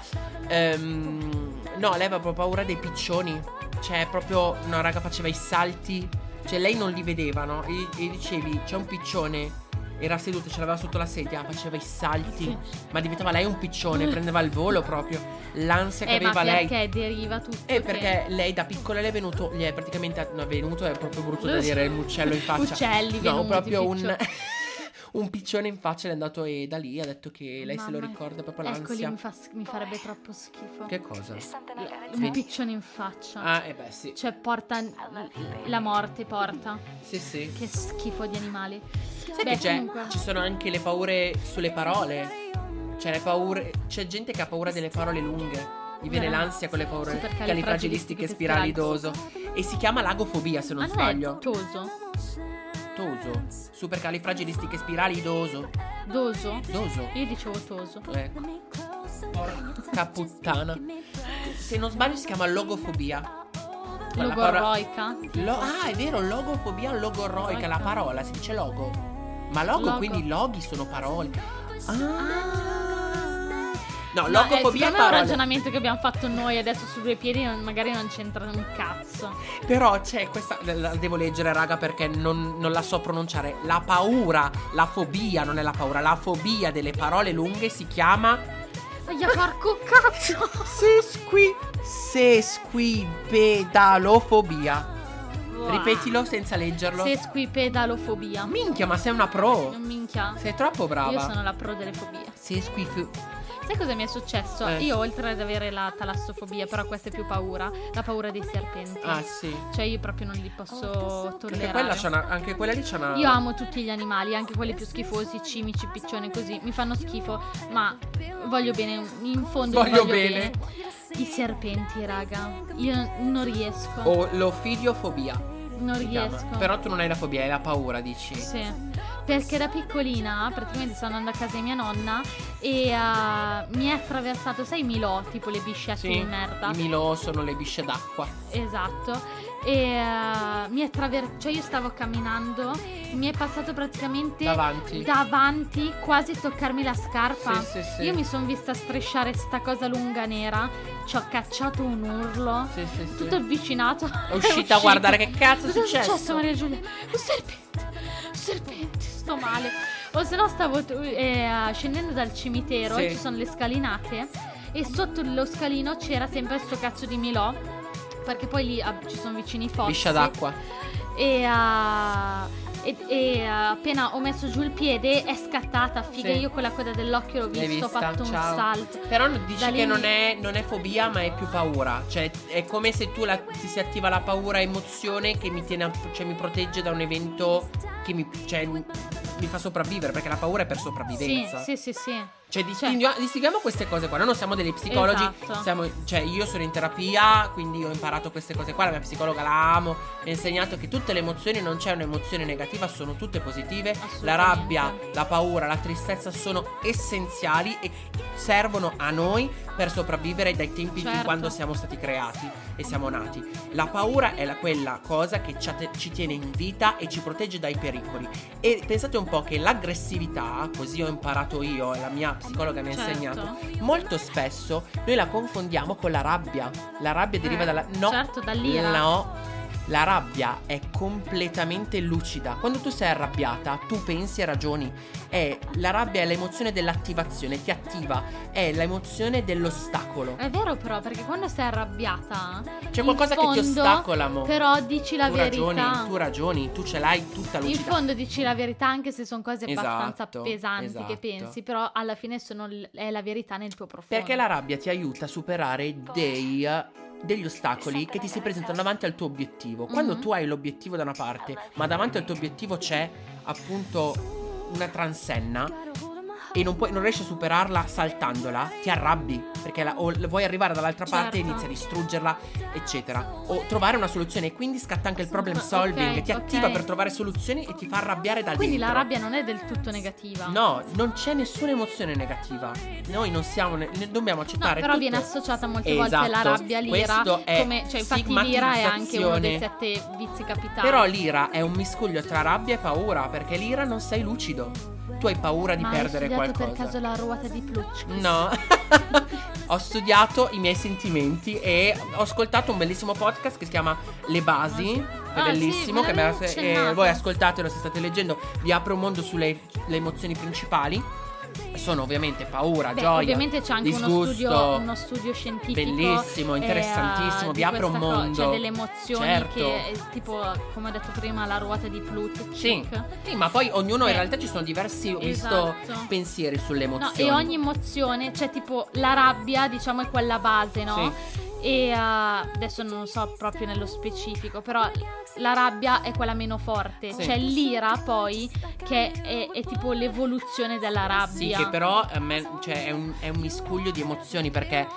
Speaker 3: ehm, no, lei aveva proprio paura dei piccioni. Cioè, proprio. No, raga, faceva i salti. Cioè, lei non li vedeva, no? E, e dicevi, c'è un piccione. Era seduto, ce l'aveva sotto la sedia, faceva i
Speaker 1: Eh,
Speaker 3: salti. Ma diventava lei un piccione, prendeva il volo proprio. L'ansia che
Speaker 1: eh, ma
Speaker 3: aveva lei.
Speaker 1: perché deriva tutto? cioè,
Speaker 3: E
Speaker 1: che-
Speaker 3: perché lei da piccola le è venuto, gli è praticamente no, è venuto, è proprio brutto da dire il uccello in faccia.
Speaker 1: Uccelli venuti,
Speaker 3: no,
Speaker 1: cioè,
Speaker 3: proprio un,
Speaker 1: piccio.
Speaker 3: un piccione in faccia le è andato e da lì ha detto che lei se lo
Speaker 1: Mamma-
Speaker 3: ricorda proprio
Speaker 1: Ecco lì
Speaker 3: l'ansia.
Speaker 1: mi, fa sch- mi farebbe troppo schifo.
Speaker 3: Che cosa?
Speaker 1: L- un piccione in faccia.
Speaker 3: Ah, eh beh, sì.
Speaker 1: Cioè, porta la morte, porta.
Speaker 3: Sì, sì.
Speaker 1: Che schifo di animali.
Speaker 3: Sai
Speaker 1: Beh,
Speaker 3: che c'è?
Speaker 1: comunque-
Speaker 3: Ci sono anche le paure sulle parole. Cioè, le paure. C'è gente che ha paura delle parole lunghe. Gli viene
Speaker 1: Veramente.
Speaker 3: l'ansia con le paure
Speaker 1: Supercalifragilistichespiralidoso.
Speaker 3: califragilistiche spiralidoso. E si chiama lagofobia, se non
Speaker 1: Ma non è
Speaker 3: sbaglio.
Speaker 1: doso?
Speaker 3: Toso. Supercalifragilistichespiralidoso.
Speaker 1: Doso?
Speaker 3: Doso.
Speaker 1: Io dicevo toso.
Speaker 3: Ecco. Porca puttana. Se non sbaglio si chiama logofobia. Quella parola-
Speaker 1: Logorroica?
Speaker 3: Lo- ah, è vero, logofobia logorroica, la parola si dice logo. Ma logo,
Speaker 1: Logo.
Speaker 3: quindi loghi sono parole. Ah. No,
Speaker 1: No, eh,
Speaker 3: logofobia è
Speaker 1: secondo me è un
Speaker 3: parole.
Speaker 1: ragionamento che abbiamo fatto noi adesso su due piedi non- magari non c'entra un cazzo.
Speaker 3: Però c'è questa. La devo leggere, raga, perché non, non la so pronunciare. La paura, la fobia, non è la paura, la fobia delle parole lunghe si chiama.
Speaker 1: Aia, porco cazzo!
Speaker 3: Sesqui. Sesquipedalofobia. Ripetilo senza leggerlo.
Speaker 1: Sesquipedalofobia.
Speaker 3: Minchia, ma sei una pro.
Speaker 1: Non minchia.
Speaker 3: Sei troppo brava.
Speaker 1: Io sono la pro delle fobie.
Speaker 3: Sesquif-
Speaker 1: Sai cosa mi è successo?
Speaker 3: Eh.
Speaker 1: Io oltre ad avere la talassofobia, però questa è più paura, la paura dei serpenti.
Speaker 3: Ah, sì.
Speaker 1: Cioè io proprio non li posso
Speaker 3: Perché quella c'è
Speaker 1: tollerare.
Speaker 3: una- anche quella lì c'è una.
Speaker 1: Io amo tutti gli animali, anche quelli più schifosi, cimici, piccioni, così. Mi fanno schifo, ma voglio bene. In fondo li
Speaker 3: Voglio
Speaker 1: voglio
Speaker 3: bene.
Speaker 1: bene. I serpenti, raga. Io non riesco.
Speaker 3: O l'ofidiofobia.
Speaker 1: non
Speaker 3: Oh, si chiama.
Speaker 1: riesco.
Speaker 3: Però tu non hai la fobia, hai la paura, dici.
Speaker 1: Sì. Perché da piccolina praticamente stavo andando a casa di mia nonna e eh, mi è attraversato, sai Milò, tipo le biscette
Speaker 3: Sì.
Speaker 1: di merda.
Speaker 3: I Milo sono le bisce d'acqua.
Speaker 1: Esatto. E eh, mi è attraversato, cioè io stavo camminando, mi è passato praticamente
Speaker 3: Davanti.
Speaker 1: davanti, quasi a toccarmi la scarpa.
Speaker 3: Sì, sì, sì.
Speaker 1: Io mi sono vista strisciare sta cosa lunga nera, ci ho cacciato un urlo,
Speaker 3: Sì, sì, sì.
Speaker 1: tutto avvicinato.
Speaker 3: È uscita a guardare che cazzo è
Speaker 1: Cosa
Speaker 3: successo.
Speaker 1: è successo Maria Giulia? Un serpente, un serpente, sto male. O se no stavo eh, scendendo dal cimitero,
Speaker 3: Sì.
Speaker 1: ci sono le scalinate e sotto lo scalino c'era sempre sto cazzo di Milò. Perché poi lì ah, ci sono vicini i fossi.
Speaker 3: Biscia d'acqua.
Speaker 1: E, ah, e- e, ah, appena ho messo giù il piede è scattata. Figa,
Speaker 3: Sì.
Speaker 1: io con la coda dell'occhio l'ho
Speaker 3: L'hai
Speaker 1: visto, ho
Speaker 3: vista?
Speaker 1: fatto
Speaker 3: Ciao.
Speaker 1: un salto.
Speaker 3: Però dici
Speaker 1: Da lì
Speaker 3: che
Speaker 1: mi-
Speaker 3: non è, non è fobia, ma è più paura. Cioè, è come se tu la- ti si attiva la paura emozione che mi tiene a- cioè, mi protegge da un evento che mi, cioè, mi fa sopravvivere. Perché la paura è per
Speaker 1: Sì,
Speaker 3: sopravvivenza.
Speaker 1: sì, sì, sì.
Speaker 3: Cioè, distinguiamo, distinguiamo queste cose qua. Noi non siamo degli psicologi.
Speaker 1: Esatto.
Speaker 3: siamo- cioè, io sono in terapia, quindi ho imparato queste cose qua. La mia psicologa la amo. Mi ha insegnato che tutte le emozioni non c'è un'emozione negativa, sono tutte positive. La rabbia, la paura, la tristezza sono essenziali e servono a noi per sopravvivere dai tempi di
Speaker 1: Certo.
Speaker 3: quando siamo stati creati e siamo nati. La paura è la- quella cosa che ci, att- ci tiene in vita e ci protegge dai pericoli. E pensate un po' che l'aggressività, così ho imparato io e la mia psicologa mi ha
Speaker 1: Certo.
Speaker 3: insegnato, molto spesso noi la confondiamo con la rabbia. La rabbia deriva
Speaker 1: Eh,
Speaker 3: dalla... No,
Speaker 1: certo, dall'ira.
Speaker 3: No. La rabbia è completamente lucida. Quando tu sei arrabbiata, tu pensi e ragioni. È- la rabbia è l'emozione dell'attivazione, ti attiva. È l'emozione dell'ostacolo.
Speaker 1: È vero però, perché quando sei arrabbiata...
Speaker 3: C'è
Speaker 1: in
Speaker 3: qualcosa che ti
Speaker 1: fondo,
Speaker 3: ostacola, mo.
Speaker 1: Però dici la
Speaker 3: tu
Speaker 1: verità.
Speaker 3: ragioni, tu ragioni, tu ce l'hai tutta
Speaker 1: in
Speaker 3: lucida.
Speaker 1: fondo dici la verità anche se sono cose abbastanza
Speaker 3: Esatto,
Speaker 1: pesanti
Speaker 3: esatto.
Speaker 1: che pensi, però alla fine sono l- è la verità nel tuo profondo.
Speaker 3: Perché la rabbia ti aiuta a superare dei, degli ostacoli
Speaker 1: Esatto,
Speaker 3: che ti si presentano davanti al tuo obiettivo. Quando
Speaker 1: Mhm.
Speaker 3: tu hai l'obiettivo da una parte, ma davanti al tuo obiettivo c'è appunto una transenna e non, puoi- non riesci a superarla saltandola, ti arrabbi perché la- o l- vuoi arrivare dall'altra parte e
Speaker 1: Certo.
Speaker 3: inizi a distruggerla, eccetera. O trovare una soluzione e quindi scatta anche il problem solving,
Speaker 1: Ok,
Speaker 3: ti attiva
Speaker 1: ok.
Speaker 3: per trovare soluzioni e ti fa arrabbiare da
Speaker 1: Quindi
Speaker 3: dentro.
Speaker 1: la rabbia non è del tutto negativa.
Speaker 3: No, non c'è nessuna emozione negativa. Noi non siamo. ne- ne- dobbiamo
Speaker 1: No,
Speaker 3: accettare.
Speaker 1: però
Speaker 3: tutto.
Speaker 1: viene associata molte volte la
Speaker 3: Esatto.
Speaker 1: rabbia all'ira,
Speaker 3: Questo è
Speaker 1: come cioè infatti l'ira è anche uno
Speaker 3: stigmatizzazione.
Speaker 1: dei sette vizi capitali.
Speaker 3: Però l'ira è un miscuglio tra rabbia e paura. Perché l'ira non sei lucido. Tu hai paura di
Speaker 1: Ma
Speaker 3: perdere
Speaker 1: hai studiato per
Speaker 3: qualcosa. Mm,
Speaker 1: caso la ruota di Plutchkin?
Speaker 3: No. ho studiato i miei sentimenti e ho ascoltato un bellissimo podcast che si chiama Le Basi.
Speaker 1: Ah,
Speaker 3: bellissimo,
Speaker 1: sì, me
Speaker 3: che mi ha-
Speaker 1: l'avevi
Speaker 3: eh,
Speaker 1: accennato.
Speaker 3: voi ascoltatelo se state leggendo, vi apre un mondo sulle le emozioni principali. Sono ovviamente paura,
Speaker 1: Beh,
Speaker 3: gioia,
Speaker 1: ovviamente c'è anche uno
Speaker 3: disgusto,
Speaker 1: studio, uno studio scientifico
Speaker 3: Bellissimo,
Speaker 1: eh,
Speaker 3: interessantissimo,
Speaker 1: di
Speaker 3: vi apre un
Speaker 1: questa co-
Speaker 3: mondo.
Speaker 1: cioè delle emozioni
Speaker 3: Certo.
Speaker 1: che eh, tipo come ho detto prima la ruota di Plutchik
Speaker 3: Sì, sì, ma poi ognuno
Speaker 1: Beh,
Speaker 3: in realtà ci sono diversi ho
Speaker 1: esatto.
Speaker 3: visto, pensieri sulle
Speaker 1: No,
Speaker 3: emozioni.
Speaker 1: e ogni emozione, cioè tipo la rabbia, diciamo, è quella base, no? E eh, adesso non so proprio nello specifico, però la rabbia è quella meno forte.
Speaker 3: Sì.
Speaker 1: C'è l'ira poi che è, è tipo l'evoluzione della
Speaker 3: Sì,
Speaker 1: rabbia.
Speaker 3: che però a me- cioè, è, un, è un miscuglio di emozioni perché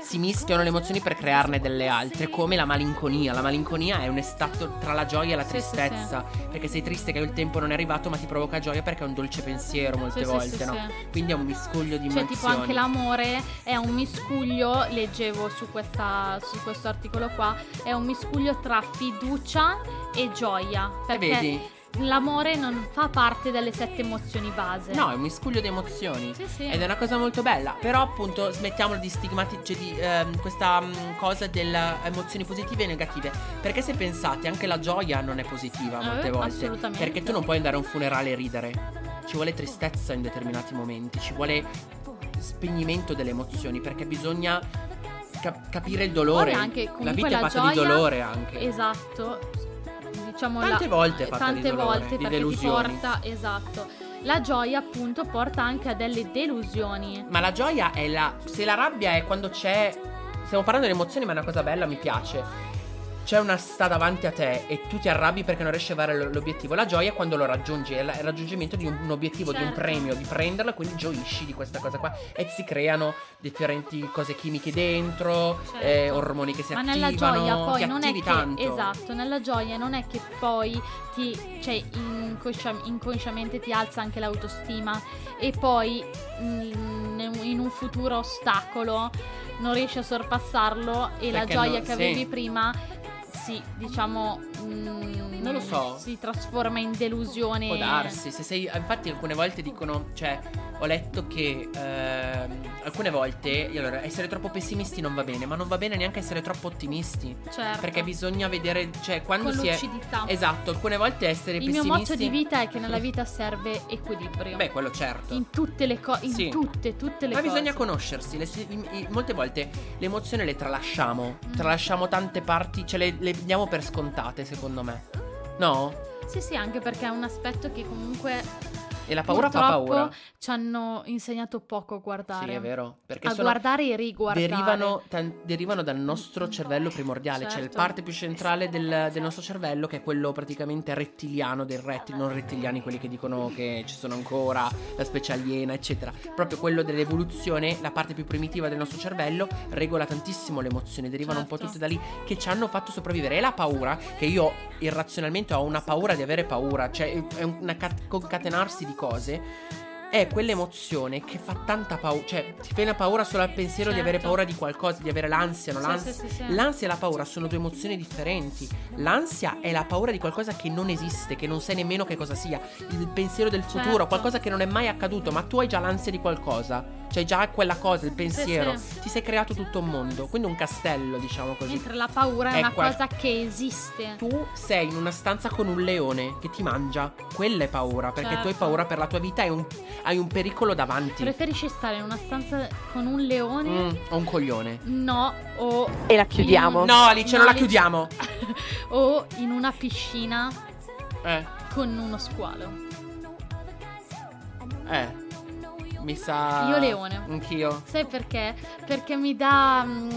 Speaker 3: si mischiano le emozioni per crearne delle altre, come la malinconia. La malinconia è un stato tra la gioia e la
Speaker 1: Sì, sì, sì.
Speaker 3: tristezza, perché sei triste che il tempo non è arrivato, ma ti provoca gioia perché è un dolce pensiero molte
Speaker 1: Sì, sì,
Speaker 3: volte,
Speaker 1: sì,
Speaker 3: no?
Speaker 1: sì.
Speaker 3: Quindi è un miscuglio di
Speaker 1: Cioè,
Speaker 3: emozioni.
Speaker 1: tipo anche l'amore è un miscuglio, leggevo su, questa, su questo articolo qua, è un miscuglio tra fiducia e gioia.
Speaker 3: E
Speaker 1: Perché
Speaker 3: Eh, vedi?
Speaker 1: l'amore non fa parte delle sette emozioni base.
Speaker 3: No, è un miscuglio di emozioni.
Speaker 1: Sì, sì.
Speaker 3: Ed è una cosa molto bella. Però, appunto, smettiamola di stigmatizzare di, ehm, questa mm, cosa delle emozioni positive e negative. Perché se pensate, anche la gioia non è positiva
Speaker 1: Eh,
Speaker 3: molte volte.
Speaker 1: assolutamente.
Speaker 3: Perché tu non puoi andare a un funerale e ridere. Ci vuole tristezza in determinati momenti, ci vuole spegnimento delle emozioni, perché bisogna cap- capire il dolore.
Speaker 1: Poi anche,
Speaker 3: la
Speaker 1: comunque,
Speaker 3: vita
Speaker 1: la
Speaker 3: è fatta di
Speaker 1: gioia-
Speaker 3: dolore anche.
Speaker 1: Esatto. Diciamo
Speaker 3: Tante
Speaker 1: la-
Speaker 3: volte è fatta di
Speaker 1: tante
Speaker 3: dolore,
Speaker 1: volte
Speaker 3: di
Speaker 1: perché
Speaker 3: delusioni.
Speaker 1: ti porta, esatto. La gioia appunto porta anche a delle delusioni.
Speaker 3: Ma la gioia è la. Se la rabbia è quando c'è. Stiamo parlando di emozioni, ma è una cosa bella, mi piace. C'è una sta davanti a te e tu ti arrabbi perché non riesci a fare l- l'obiettivo. La gioia è quando lo raggiungi, è la- è il raggiungimento di un, un obiettivo, di un
Speaker 1: Certo.
Speaker 3: premio, di prenderlo, quindi gioisci di questa cosa qua. E si creano differenti cose chimiche dentro,
Speaker 1: Certo.
Speaker 3: eh, ormoni che si
Speaker 1: Ma
Speaker 3: attivano.
Speaker 1: nella gioia poi
Speaker 3: ti
Speaker 1: non è
Speaker 3: attivi
Speaker 1: che
Speaker 3: tanto.
Speaker 1: esatto, nella gioia non è che poi ti cioè inconscia- inconsciamente ti alza anche l'autostima e poi mm, in un futuro ostacolo non riesci a sorpassarlo e la
Speaker 3: Perché
Speaker 1: gioia
Speaker 3: non-
Speaker 1: che avevi
Speaker 3: sì.
Speaker 1: prima si diciamo mm,
Speaker 3: Non lo so.
Speaker 1: si trasforma in delusione.
Speaker 3: Può darsi, se sei, ah, infatti alcune volte dicono, cioè ho letto che ehm, alcune volte, allora essere troppo pessimisti non va bene, ma non va bene neanche essere troppo ottimisti,
Speaker 1: Certo.
Speaker 3: perché bisogna vedere, cioè quando
Speaker 1: con
Speaker 3: si è...
Speaker 1: lucidità.
Speaker 3: Esatto, alcune volte essere
Speaker 1: Il mio
Speaker 3: pessimisti...
Speaker 1: motto di vita è che nella vita serve equilibrio.
Speaker 3: Beh, quello certo.
Speaker 1: in tutte le cose, in
Speaker 3: Sì.
Speaker 1: tutte, tutte le
Speaker 3: Ma
Speaker 1: cose.
Speaker 3: bisogna conoscersi, le si- i- i- molte volte le emozioni le tralasciamo,
Speaker 1: Mm.
Speaker 3: tralasciamo tante parti, ce le, le diamo per scontate secondo me. No?
Speaker 1: Sì, sì, anche perché è un aspetto che comunque
Speaker 3: E la paura fa
Speaker 1: purtroppo
Speaker 3: paura.
Speaker 1: ci hanno insegnato poco a guardare.
Speaker 3: Sì, è vero, perché
Speaker 1: A
Speaker 3: sono
Speaker 1: guardare e riguardare.
Speaker 3: derivano, tan- derivano dal nostro cervello primordiale, cioè la
Speaker 1: Certo.
Speaker 3: parte più centrale del, del nostro cervello che è quello praticamente rettiliano del rettile, non rettiliani quelli che dicono che ci sono ancora, la specie aliena, eccetera. Proprio quello dell'evoluzione, la parte più primitiva del nostro cervello regola tantissimo le emozioni, derivano un po'
Speaker 1: Certo.
Speaker 3: tutte da lì che ci hanno fatto sopravvivere e la paura che io irrazionalmente ho una paura di avere paura, cioè è un ca- concatenarsi di cose è quell'emozione che fa tanta paura, cioè ti fa la paura solo al pensiero di
Speaker 1: Certo.
Speaker 3: avere paura di qualcosa, di avere l'ansia, no?
Speaker 1: Sì,
Speaker 3: L'ansia,
Speaker 1: sì, sì, sì.
Speaker 3: l'ansia e la paura sono due emozioni differenti. L'ansia è la paura di qualcosa che non esiste, che non sai nemmeno che cosa sia, il pensiero del futuro,
Speaker 1: Certo.
Speaker 3: qualcosa che non è mai accaduto, ma tu hai già l'ansia di qualcosa, cioè già quella cosa, il pensiero,
Speaker 1: sì.
Speaker 3: ti sei creato tutto un mondo, quindi un castello, diciamo così.
Speaker 1: Mentre la paura è,
Speaker 3: È
Speaker 1: una
Speaker 3: qual-
Speaker 1: cosa che esiste.
Speaker 3: Tu sei in una stanza con un leone che ti mangia, quella è paura, perché tu hai
Speaker 1: Certo.
Speaker 3: paura per la tua vita e un- hai un pericolo davanti.
Speaker 1: Preferisci stare in una stanza con un leone?
Speaker 3: Mm, ho un coglione.
Speaker 1: No, o
Speaker 4: E la chiudiamo.
Speaker 1: in-
Speaker 3: No, Alice, non la
Speaker 1: Alice-
Speaker 3: chiudiamo.
Speaker 1: o in una piscina
Speaker 3: Eh,
Speaker 1: con uno squalo.
Speaker 3: eh. Mi sa.
Speaker 1: Io leone.
Speaker 3: Anch'io.
Speaker 1: Sai perché? Perché mi dà mm,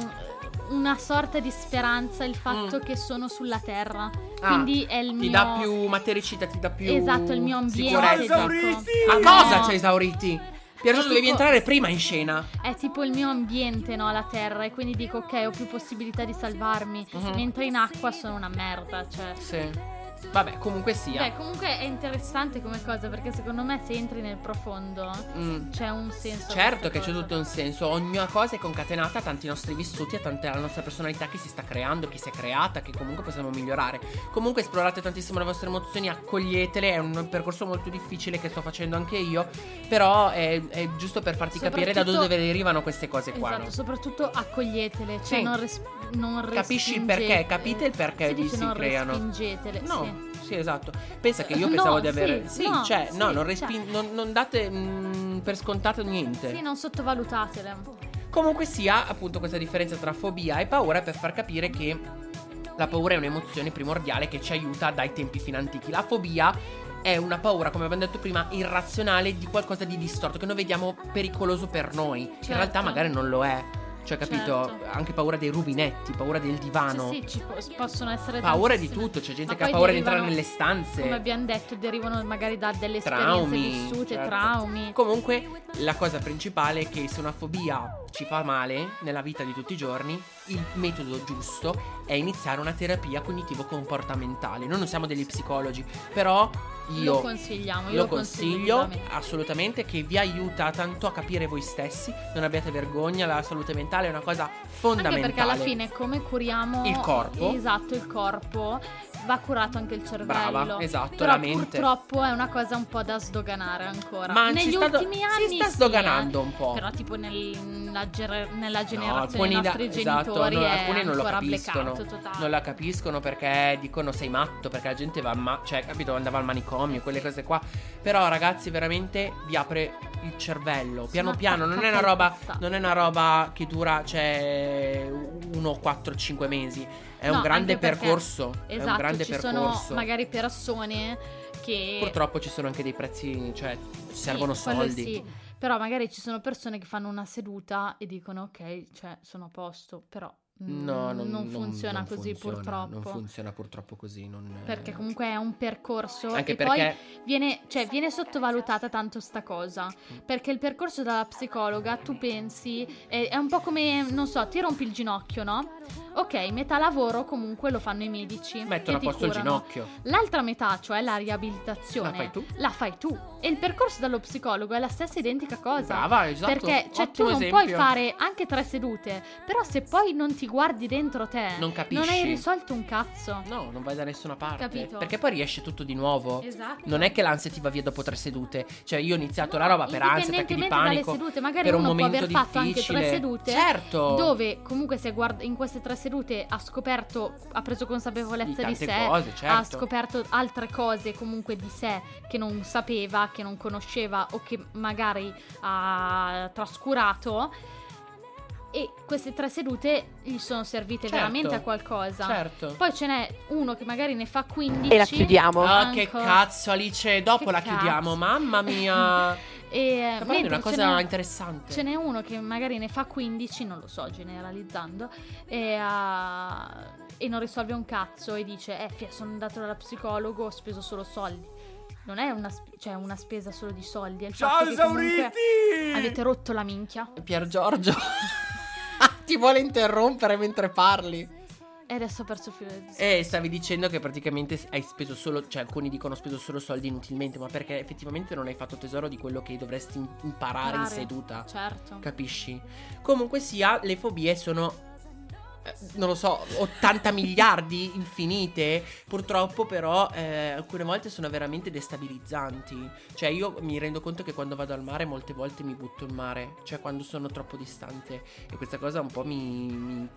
Speaker 1: una sorta di speranza il fatto
Speaker 3: Mm.
Speaker 1: che sono sulla terra.
Speaker 3: Ah,
Speaker 1: Quindi è il
Speaker 3: Ti
Speaker 1: mio
Speaker 3: dà più matericità, ti dà più.
Speaker 1: Esatto, il mio ambiente. ecco.
Speaker 3: Sicurezza.
Speaker 1: dico.
Speaker 3: A cosa
Speaker 1: No.
Speaker 3: ci esauriti? Piergiorgio, dovevi
Speaker 1: Tipo-
Speaker 3: entrare prima in scena.
Speaker 1: È tipo il mio ambiente, no? La terra. E quindi dico, ok, ho più possibilità di salvarmi.
Speaker 3: Mhm.
Speaker 1: Mentre in acqua sono una merda, cioè.
Speaker 3: Sì. Vabbè, comunque sia.
Speaker 1: Beh, comunque è interessante come cosa, perché secondo me se entri nel profondo
Speaker 3: Mm.
Speaker 1: c'è un senso. a
Speaker 3: Certo
Speaker 1: questa
Speaker 3: che c'è
Speaker 1: cosa.
Speaker 3: tutto un senso, ogni cosa è concatenata a tanti nostri vissuti, a tante alla nostra personalità che si sta creando, che si è creata, che comunque possiamo migliorare. Comunque esplorate tantissimo le vostre emozioni, accoglietele, è un percorso molto difficile che sto facendo anche io, però è, è giusto per farti capire da
Speaker 1: Soprattutto-
Speaker 3: dove derivano queste cose qua.
Speaker 1: Esatto,
Speaker 3: no?
Speaker 1: soprattutto accoglietele, cioè
Speaker 3: Sì.
Speaker 1: non, res- non
Speaker 3: Capisci
Speaker 1: respingete-
Speaker 3: il perché, capite il perché
Speaker 1: si
Speaker 3: vi
Speaker 1: dice
Speaker 3: si
Speaker 1: non
Speaker 3: creano.
Speaker 1: respingetele, sì.
Speaker 3: No, sì. esatto. Pensa che io
Speaker 1: No,
Speaker 3: pensavo di
Speaker 1: sì,
Speaker 3: avere... Sì,
Speaker 1: no,
Speaker 3: cioè,
Speaker 1: sì,
Speaker 3: no, non,
Speaker 1: cioè.
Speaker 3: respin- non, non date mm, per scontato niente.
Speaker 1: Sì, non sottovalutatele.
Speaker 3: Ah, Comunque sia, appunto, questa differenza tra fobia e paura per far capire che la paura è un'emozione primordiale che ci aiuta dai tempi fin antichi. La fobia è una paura, come abbiamo detto prima, irrazionale di qualcosa di distorto che noi vediamo pericoloso per noi, che in
Speaker 1: Certo.
Speaker 3: realtà magari non lo è. Cioè, capito?
Speaker 1: Certo.
Speaker 3: Anche paura dei rubinetti, paura del divano.
Speaker 1: Cioè, Sì, sì, ci po- possono essere
Speaker 3: Paura di
Speaker 1: tantissime.
Speaker 3: tutto, c'è gente
Speaker 1: Ma
Speaker 3: che ha
Speaker 1: poi
Speaker 3: paura di
Speaker 1: derivano-
Speaker 3: entrare nelle stanze.
Speaker 1: Come abbiamo detto, derivano magari da delle esperienze
Speaker 3: Traumi,
Speaker 1: vissute,
Speaker 3: certo.
Speaker 1: traumi.
Speaker 3: Comunque, la cosa principale è che se una fobia ci ci fa male nella vita di tutti i giorni, il metodo giusto è iniziare una terapia cognitivo-comportamentale. Noi non siamo degli psicologi, però io
Speaker 1: lo consigliamo, io
Speaker 3: lo consiglio
Speaker 1: vivamente.
Speaker 3: assolutamente che vi aiuta tanto a capire voi stessi, non abbiate vergogna, la salute mentale è una cosa fondamentale.
Speaker 1: Anche perché alla fine come curiamo
Speaker 3: Il corpo.
Speaker 1: Esatto, il corpo va curato anche il cervello.
Speaker 3: Brava, esatto,
Speaker 1: Però
Speaker 3: la mente.
Speaker 1: purtroppo è una cosa un po' da sdoganare ancora.
Speaker 3: Ma
Speaker 1: Negli
Speaker 3: si sta do-
Speaker 1: ultimi
Speaker 3: si
Speaker 1: anni
Speaker 3: sta
Speaker 1: sì,
Speaker 3: sdoganando
Speaker 1: eh.
Speaker 3: un po'.
Speaker 1: Però tipo nel- nella, gener- nella
Speaker 3: No,
Speaker 1: generazione
Speaker 3: alcuni
Speaker 1: dei
Speaker 3: da-
Speaker 1: nostri
Speaker 3: esatto,
Speaker 1: genitori
Speaker 3: non-
Speaker 1: è
Speaker 3: alcuni non lo
Speaker 1: ancora
Speaker 3: capiscono.
Speaker 1: blackout totale.
Speaker 3: Non la capiscono perché dicono sei matto, perché la gente va al ma- cioè, capito, andava al manicomio, quelle cose qua. Però ragazzi, veramente vi apre il cervello, piano
Speaker 1: Sì, ma
Speaker 3: piano, non è una
Speaker 1: attaccate
Speaker 3: roba
Speaker 1: al passato.
Speaker 3: non è una roba che dura cioè 1 4 5 mesi. È
Speaker 1: No,
Speaker 3: un grande
Speaker 1: anche perché-
Speaker 3: percorso, è un
Speaker 1: Esatto,
Speaker 3: grande
Speaker 1: ci
Speaker 3: percorso.
Speaker 1: sono magari persone che
Speaker 3: Purtroppo ci sono anche dei prezzi, cioè
Speaker 1: Sì,
Speaker 3: servono
Speaker 1: quello
Speaker 3: soldi.
Speaker 1: sì. Però magari ci sono persone che fanno una seduta e dicono ok, cioè sono a posto, però mm,
Speaker 3: No,
Speaker 1: non,
Speaker 3: non,
Speaker 1: funziona
Speaker 3: non
Speaker 1: così
Speaker 3: funziona,
Speaker 1: purtroppo.
Speaker 3: Non funziona purtroppo così. non-
Speaker 1: perché comunque è un percorso
Speaker 3: Anche
Speaker 1: e
Speaker 3: perché
Speaker 1: poi viene, cioè, viene sottovalutata tanto sta cosa.
Speaker 3: Mm.
Speaker 1: Perché il percorso dalla psicologa, tu pensi, è, è un po' come, non so, ti rompi il ginocchio, no? Ok, metà lavoro comunque lo fanno i medici. che
Speaker 3: mettono a
Speaker 1: ti
Speaker 3: posto il
Speaker 1: curano. Cioè,
Speaker 3: ginocchio.
Speaker 1: L'altra metà, cioè la riabilitazione,
Speaker 3: La fai tu.
Speaker 1: la fai tu. E il percorso dallo psicologo è la stessa identica cosa.
Speaker 3: Brava, esatto.
Speaker 1: Perché cioè, tu
Speaker 3: Ottimo
Speaker 1: non
Speaker 3: esempio.
Speaker 1: puoi fare anche tre sedute, però se poi non ti guardi dentro te,
Speaker 3: Non capisci.
Speaker 1: hai risolto un cazzo.
Speaker 3: No, non vai da nessuna parte.
Speaker 1: Capito.
Speaker 3: Perché poi riesce tutto di nuovo.
Speaker 1: Esatto.
Speaker 3: Non è che l'ansia ti va via dopo tre sedute. Cioè, io ho iniziato
Speaker 1: No,
Speaker 3: la roba per ansia, perché di
Speaker 1: indipendentemente dalle
Speaker 3: panico.
Speaker 1: sedute, magari
Speaker 3: per un
Speaker 1: uno può
Speaker 3: momento
Speaker 1: aver fatto anche tre
Speaker 3: difficile.
Speaker 1: sedute.
Speaker 3: Certo.
Speaker 1: Dove comunque se guard- in queste tre sedute ha scoperto, ha preso
Speaker 3: Di
Speaker 1: consapevolezza di,
Speaker 3: tante
Speaker 1: sé,
Speaker 3: cose, certo.
Speaker 1: ha scoperto altre cose comunque di sé che non sapeva, che non conosceva o che magari ha trascurato. E queste tre sedute gli sono servite
Speaker 3: Certo.
Speaker 1: veramente a qualcosa.
Speaker 3: Certo.
Speaker 1: Poi ce n'è uno che magari ne fa 15.
Speaker 4: E la chiudiamo.
Speaker 3: Ah, che
Speaker 1: Manco.
Speaker 3: cazzo, Alice. Dopo
Speaker 1: Che
Speaker 3: la chiudiamo.
Speaker 1: cazzo.
Speaker 3: Mamma mia.
Speaker 1: E mentre
Speaker 3: Sta parlando di Cioè, una
Speaker 1: ce
Speaker 3: cosa
Speaker 1: n'è-
Speaker 3: interessante.
Speaker 1: Ce n'è uno che magari ne fa 15, non lo so, generalizzando, e, ah, e non risolve un cazzo e dice, eh, fia, sono andato dalla psicologo, ho speso solo soldi. Non è una, sp- cioè, una spesa solo di soldi. È il fatto che comunque Avete rotto la minchia.
Speaker 3: Pier Giorgio. Ti vuole interrompere mentre parli.
Speaker 1: E adesso ho perso il filo del discorso.
Speaker 3: E Eh, stavi dicendo che praticamente hai speso solo, cioè alcuni dicono ho speso solo soldi inutilmente, ma perché effettivamente non hai fatto tesoro di quello che dovresti im- imparare in
Speaker 1: Imparare.
Speaker 3: seduta.
Speaker 1: Certo.
Speaker 3: Capisci? Comunque sia, le fobie sono. eh, Non lo so, 80 miliardi infinite. Purtroppo, però, eh, alcune volte sono veramente destabilizzanti. Cioè, io mi rendo conto che quando vado al mare, molte volte mi butto in mare. Cioè, quando sono troppo distante. E questa cosa un po' mi. mi-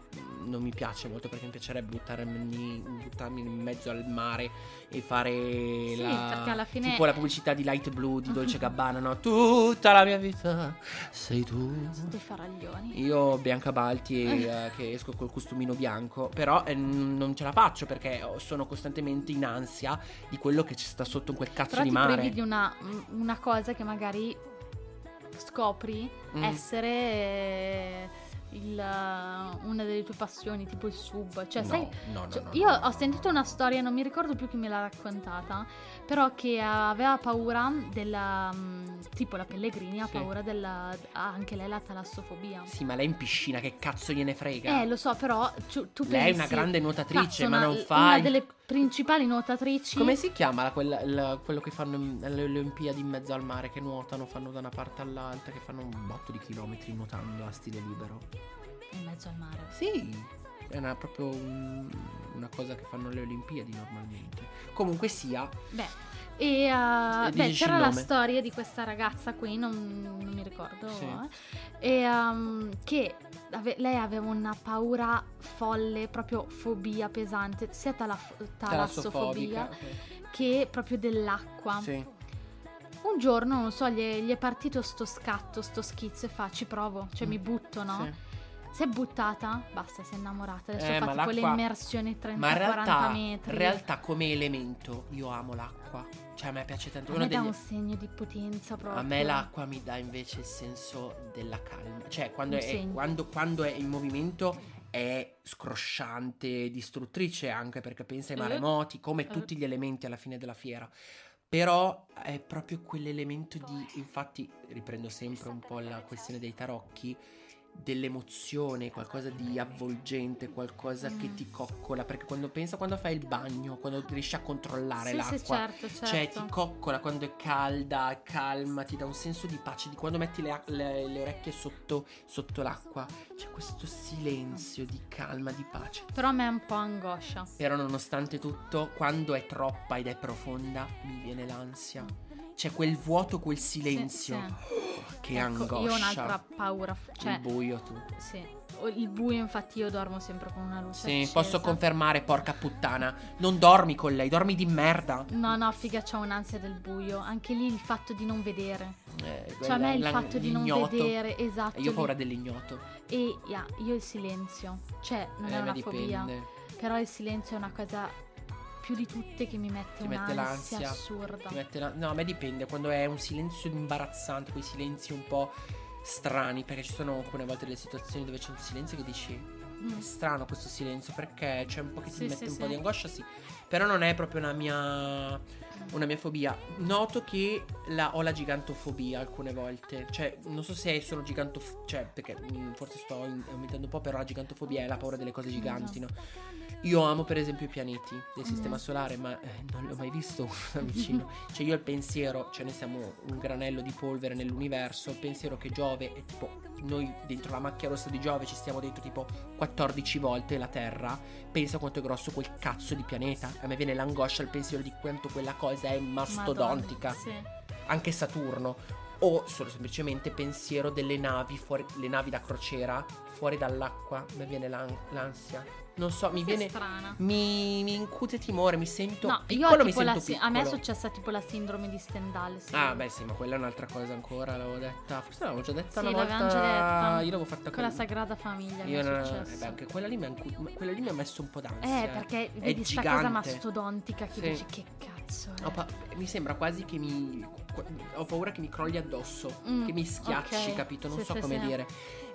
Speaker 3: non mi piace molto perché mi piacerebbe buttarmi, buttarmi in mezzo al mare e fare.
Speaker 1: Sì,
Speaker 3: la,
Speaker 1: perché alla fine-
Speaker 3: Tipo la pubblicità di Light Blue di Dolce Gabbana, no? Tutta la mia vita sei tu.
Speaker 1: Dei faraglioni.
Speaker 3: Io Bianca Balti eh, che esco col costumino bianco, però eh, n- non ce la faccio perché ho- sono costantemente in ansia di quello che ci sta sotto in quel cazzo
Speaker 1: Però
Speaker 3: di
Speaker 1: ti
Speaker 3: mare.
Speaker 1: privi di una, una cosa che magari scopri
Speaker 3: Mm.
Speaker 1: essere eh, il, eh, una delle tue passioni, tipo il sub. Cioè,
Speaker 3: No,
Speaker 1: sai,
Speaker 3: no, no,
Speaker 1: cioè,
Speaker 3: no,
Speaker 1: io
Speaker 3: no, no,
Speaker 1: ho sentito
Speaker 3: no.
Speaker 1: una storia, non mi ricordo più chi me l'ha raccontata, però che aveva paura della... mm, tipo la Pellegrini ha
Speaker 3: Sì.
Speaker 1: paura della... ha anche lei la talassofobia.
Speaker 3: Sì, ma lei in piscina, che cazzo gliene frega?
Speaker 1: Eh, lo so, però tu, tu pensi...
Speaker 3: lei è una grande nuotatrice,
Speaker 1: cazzo,
Speaker 3: ma
Speaker 1: una-
Speaker 3: non fa.
Speaker 1: Una delle principali nuotatrici.
Speaker 3: Come si chiama la- quella- la- quello che fanno in- alle Olimpiadi in mezzo al mare? Che nuotano, fanno da una parte all'altra, che fanno un botto di chilometri nuotando a stile libero.
Speaker 1: In mezzo al mare.
Speaker 3: Sì, è una- proprio un- una cosa che fanno le Olimpiadi normalmente. Comunque sia,
Speaker 1: Beh, e, uh, beh,
Speaker 3: E dici il
Speaker 1: c'era la
Speaker 3: nome.
Speaker 1: storia di questa ragazza qui, non, non mi ricordo,
Speaker 3: Sì.
Speaker 1: eh, e, um, che ave- lei aveva una paura folle, proprio fobia pesante, sia talaf-
Speaker 3: talassofobica.
Speaker 1: talassofobia che proprio dell'acqua.
Speaker 3: Sì.
Speaker 1: Un giorno, non so, gli è, gli è partito sto scatto, sto schizzo e fa ci provo, cioè
Speaker 3: Mm.
Speaker 1: mi butto, no?
Speaker 3: Sì.
Speaker 1: Si è buttata, basta, si è innamorata, adesso
Speaker 3: Eh,
Speaker 1: ha
Speaker 3: ma
Speaker 1: fatto quelle
Speaker 3: l'acqua-
Speaker 1: immersioni 30-40
Speaker 3: Ma in realtà, in
Speaker 1: metri.
Speaker 3: realtà come elemento io amo l'acqua. Cioè a me piace tanto.
Speaker 1: a
Speaker 3: Uno
Speaker 1: me dà
Speaker 3: degli-
Speaker 1: un segno di potenza proprio.
Speaker 3: A me l'acqua mi dà invece il senso della calma. Cioè quando,
Speaker 1: Un
Speaker 3: è,
Speaker 1: segno.
Speaker 3: quando, quando è in movimento è scrosciante, distruttrice anche perché pensa ai
Speaker 1: Eh.
Speaker 3: maremoti, come
Speaker 1: Eh.
Speaker 3: tutti gli elementi alla fine della fiera. Però è proprio quell'elemento di... Infatti riprendo sempre un po' la questione dei tarocchi. dell'emozione, qualcosa di avvolgente, qualcosa che
Speaker 1: Mm.
Speaker 3: ti coccola, perché quando pensa quando fai il bagno, quando riesci a controllare
Speaker 1: Sì,
Speaker 3: l'acqua,
Speaker 1: sì, certo, certo.
Speaker 3: cioè ti coccola quando è calda, calma, ti dà un senso di pace, di quando metti le, le- le orecchie sotto, sotto l'acqua, c'è questo silenzio di calma, di pace.
Speaker 1: Però a me è un po' angoscia.
Speaker 3: Però nonostante tutto, quando è troppa ed è profonda, mi viene l'ansia. C'è quel vuoto, quel silenzio. Che
Speaker 1: Ecco,
Speaker 3: angoscia.
Speaker 1: Io ho un'altra paura. f- Cioè,
Speaker 3: Il buio tu.
Speaker 1: sì. O Il buio, infatti, io dormo sempre con una luce.
Speaker 3: Sì,
Speaker 1: accesa.
Speaker 3: posso confermare, porca puttana. Non dormi con lei, dormi di merda.
Speaker 1: No, no, figa, c'ho un'ansia del buio. Anche lì il fatto di non vedere.
Speaker 3: Eh,
Speaker 1: Cioè, a me il
Speaker 3: la-
Speaker 1: fatto di non
Speaker 3: l'ignoto.
Speaker 1: vedere, esatto.
Speaker 3: E io ho
Speaker 1: lì.
Speaker 3: paura dell'ignoto.
Speaker 1: E yeah, io il silenzio. Cioè, non
Speaker 3: Eh,
Speaker 1: è
Speaker 3: ma
Speaker 1: una fobia.
Speaker 3: dipende.
Speaker 1: Però il silenzio è una cosa più di tutte che mi mette
Speaker 3: Ti mette
Speaker 1: un'ansia
Speaker 3: l'ansia.
Speaker 1: assurda.
Speaker 3: Ti mette la- No, a me dipende. Quando è un silenzio imbarazzante, quei silenzi un po' strani. Perché ci sono alcune volte delle situazioni dove c'è un silenzio che dici.
Speaker 1: Mm.
Speaker 3: È strano questo silenzio perché c'è un po' che ti
Speaker 1: Sì,
Speaker 3: mette
Speaker 1: sì,
Speaker 3: un
Speaker 1: sì.
Speaker 3: po' di angoscia, sì. Però non è proprio una mia. una mia fobia. Noto che la- ho la gigantofobia alcune volte. Cioè, non so se sono gigantof... Cioè, perché mm, forse sto in- aumentando un po', però la gigantofobia è la paura delle cose giganti, no? Io amo per esempio i pianeti del sistema
Speaker 1: Mm.
Speaker 3: solare, ma eh, non li ho mai visto da vicino. Cioè, io il pensiero, cioè noi siamo un granello di polvere nell'universo, il pensiero che Giove è tipo noi dentro la macchia rossa di Giove ci stiamo dentro tipo 14 volte la Terra. Pensa quanto è grosso quel cazzo di pianeta. A me viene l'angoscia al pensiero di quanto quella cosa è mastodontica.
Speaker 1: Madonna, sì.
Speaker 3: Anche Saturno. O solo semplicemente pensiero delle navi fuori, le navi da crociera fuori dall'acqua. A me viene l'an- l'ansia. Non so, mi
Speaker 1: Sei
Speaker 3: viene.
Speaker 1: strana.
Speaker 3: Mi, mi incute timore, mi sento
Speaker 1: No, io ho
Speaker 3: piccolo, mi
Speaker 1: tipo la
Speaker 3: sento
Speaker 1: si-
Speaker 3: piccolo.
Speaker 1: a me è successa tipo la sindrome di Stendhal. sì.
Speaker 3: Ah, beh, sì, ma quella è un'altra cosa ancora, l'avevo detta. Forse l'avevo già detta
Speaker 1: Sì,
Speaker 3: una volta.
Speaker 1: l'avevamo già detta.
Speaker 3: Io l'avevo fatta
Speaker 1: Con la Sagrada Famiglia
Speaker 3: Io
Speaker 1: mi è
Speaker 3: non-
Speaker 1: successo.
Speaker 3: eh, beh, anche quella lì mi ha incu- ma quella lì mi ha messo un po' d'ansia.
Speaker 1: Eh, perché vedi sta cosa
Speaker 3: gigante.
Speaker 1: mastodontica che
Speaker 3: Sì.
Speaker 1: dici che cazzo è?"
Speaker 3: Ho pa- mi sembra quasi che mi. qu- ho paura che mi crolli addosso,
Speaker 1: Mm,
Speaker 3: che mi schiacci,
Speaker 1: ok.
Speaker 3: capito? Non
Speaker 1: Sì,
Speaker 3: so
Speaker 1: sì,
Speaker 3: come
Speaker 1: sì.
Speaker 3: dire.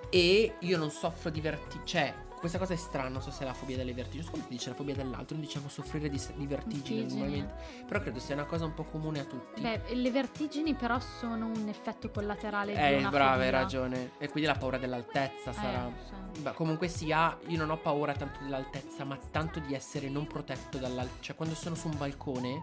Speaker 3: E io non soffro di vertigini. Cioè, questa cosa è strana, non so se è la fobia delle vertigini. Secondo te dice la fobia dell'altro, non diciamo soffrire di, s- di vertigini
Speaker 1: Vertigini.
Speaker 3: normalmente. Però credo sia una cosa un po' comune a tutti.
Speaker 1: Beh, le vertigini però sono un effetto collaterale di
Speaker 3: eh,
Speaker 1: una
Speaker 3: brava, hai
Speaker 1: fobia.
Speaker 3: ragione. E quindi la paura dell'altezza
Speaker 1: Eh,
Speaker 3: sarà.
Speaker 1: sì.
Speaker 3: Beh, comunque sia, io non ho paura tanto dell'altezza, ma tanto di essere non protetto dall'altezza. Cioè, quando sono su un balcone,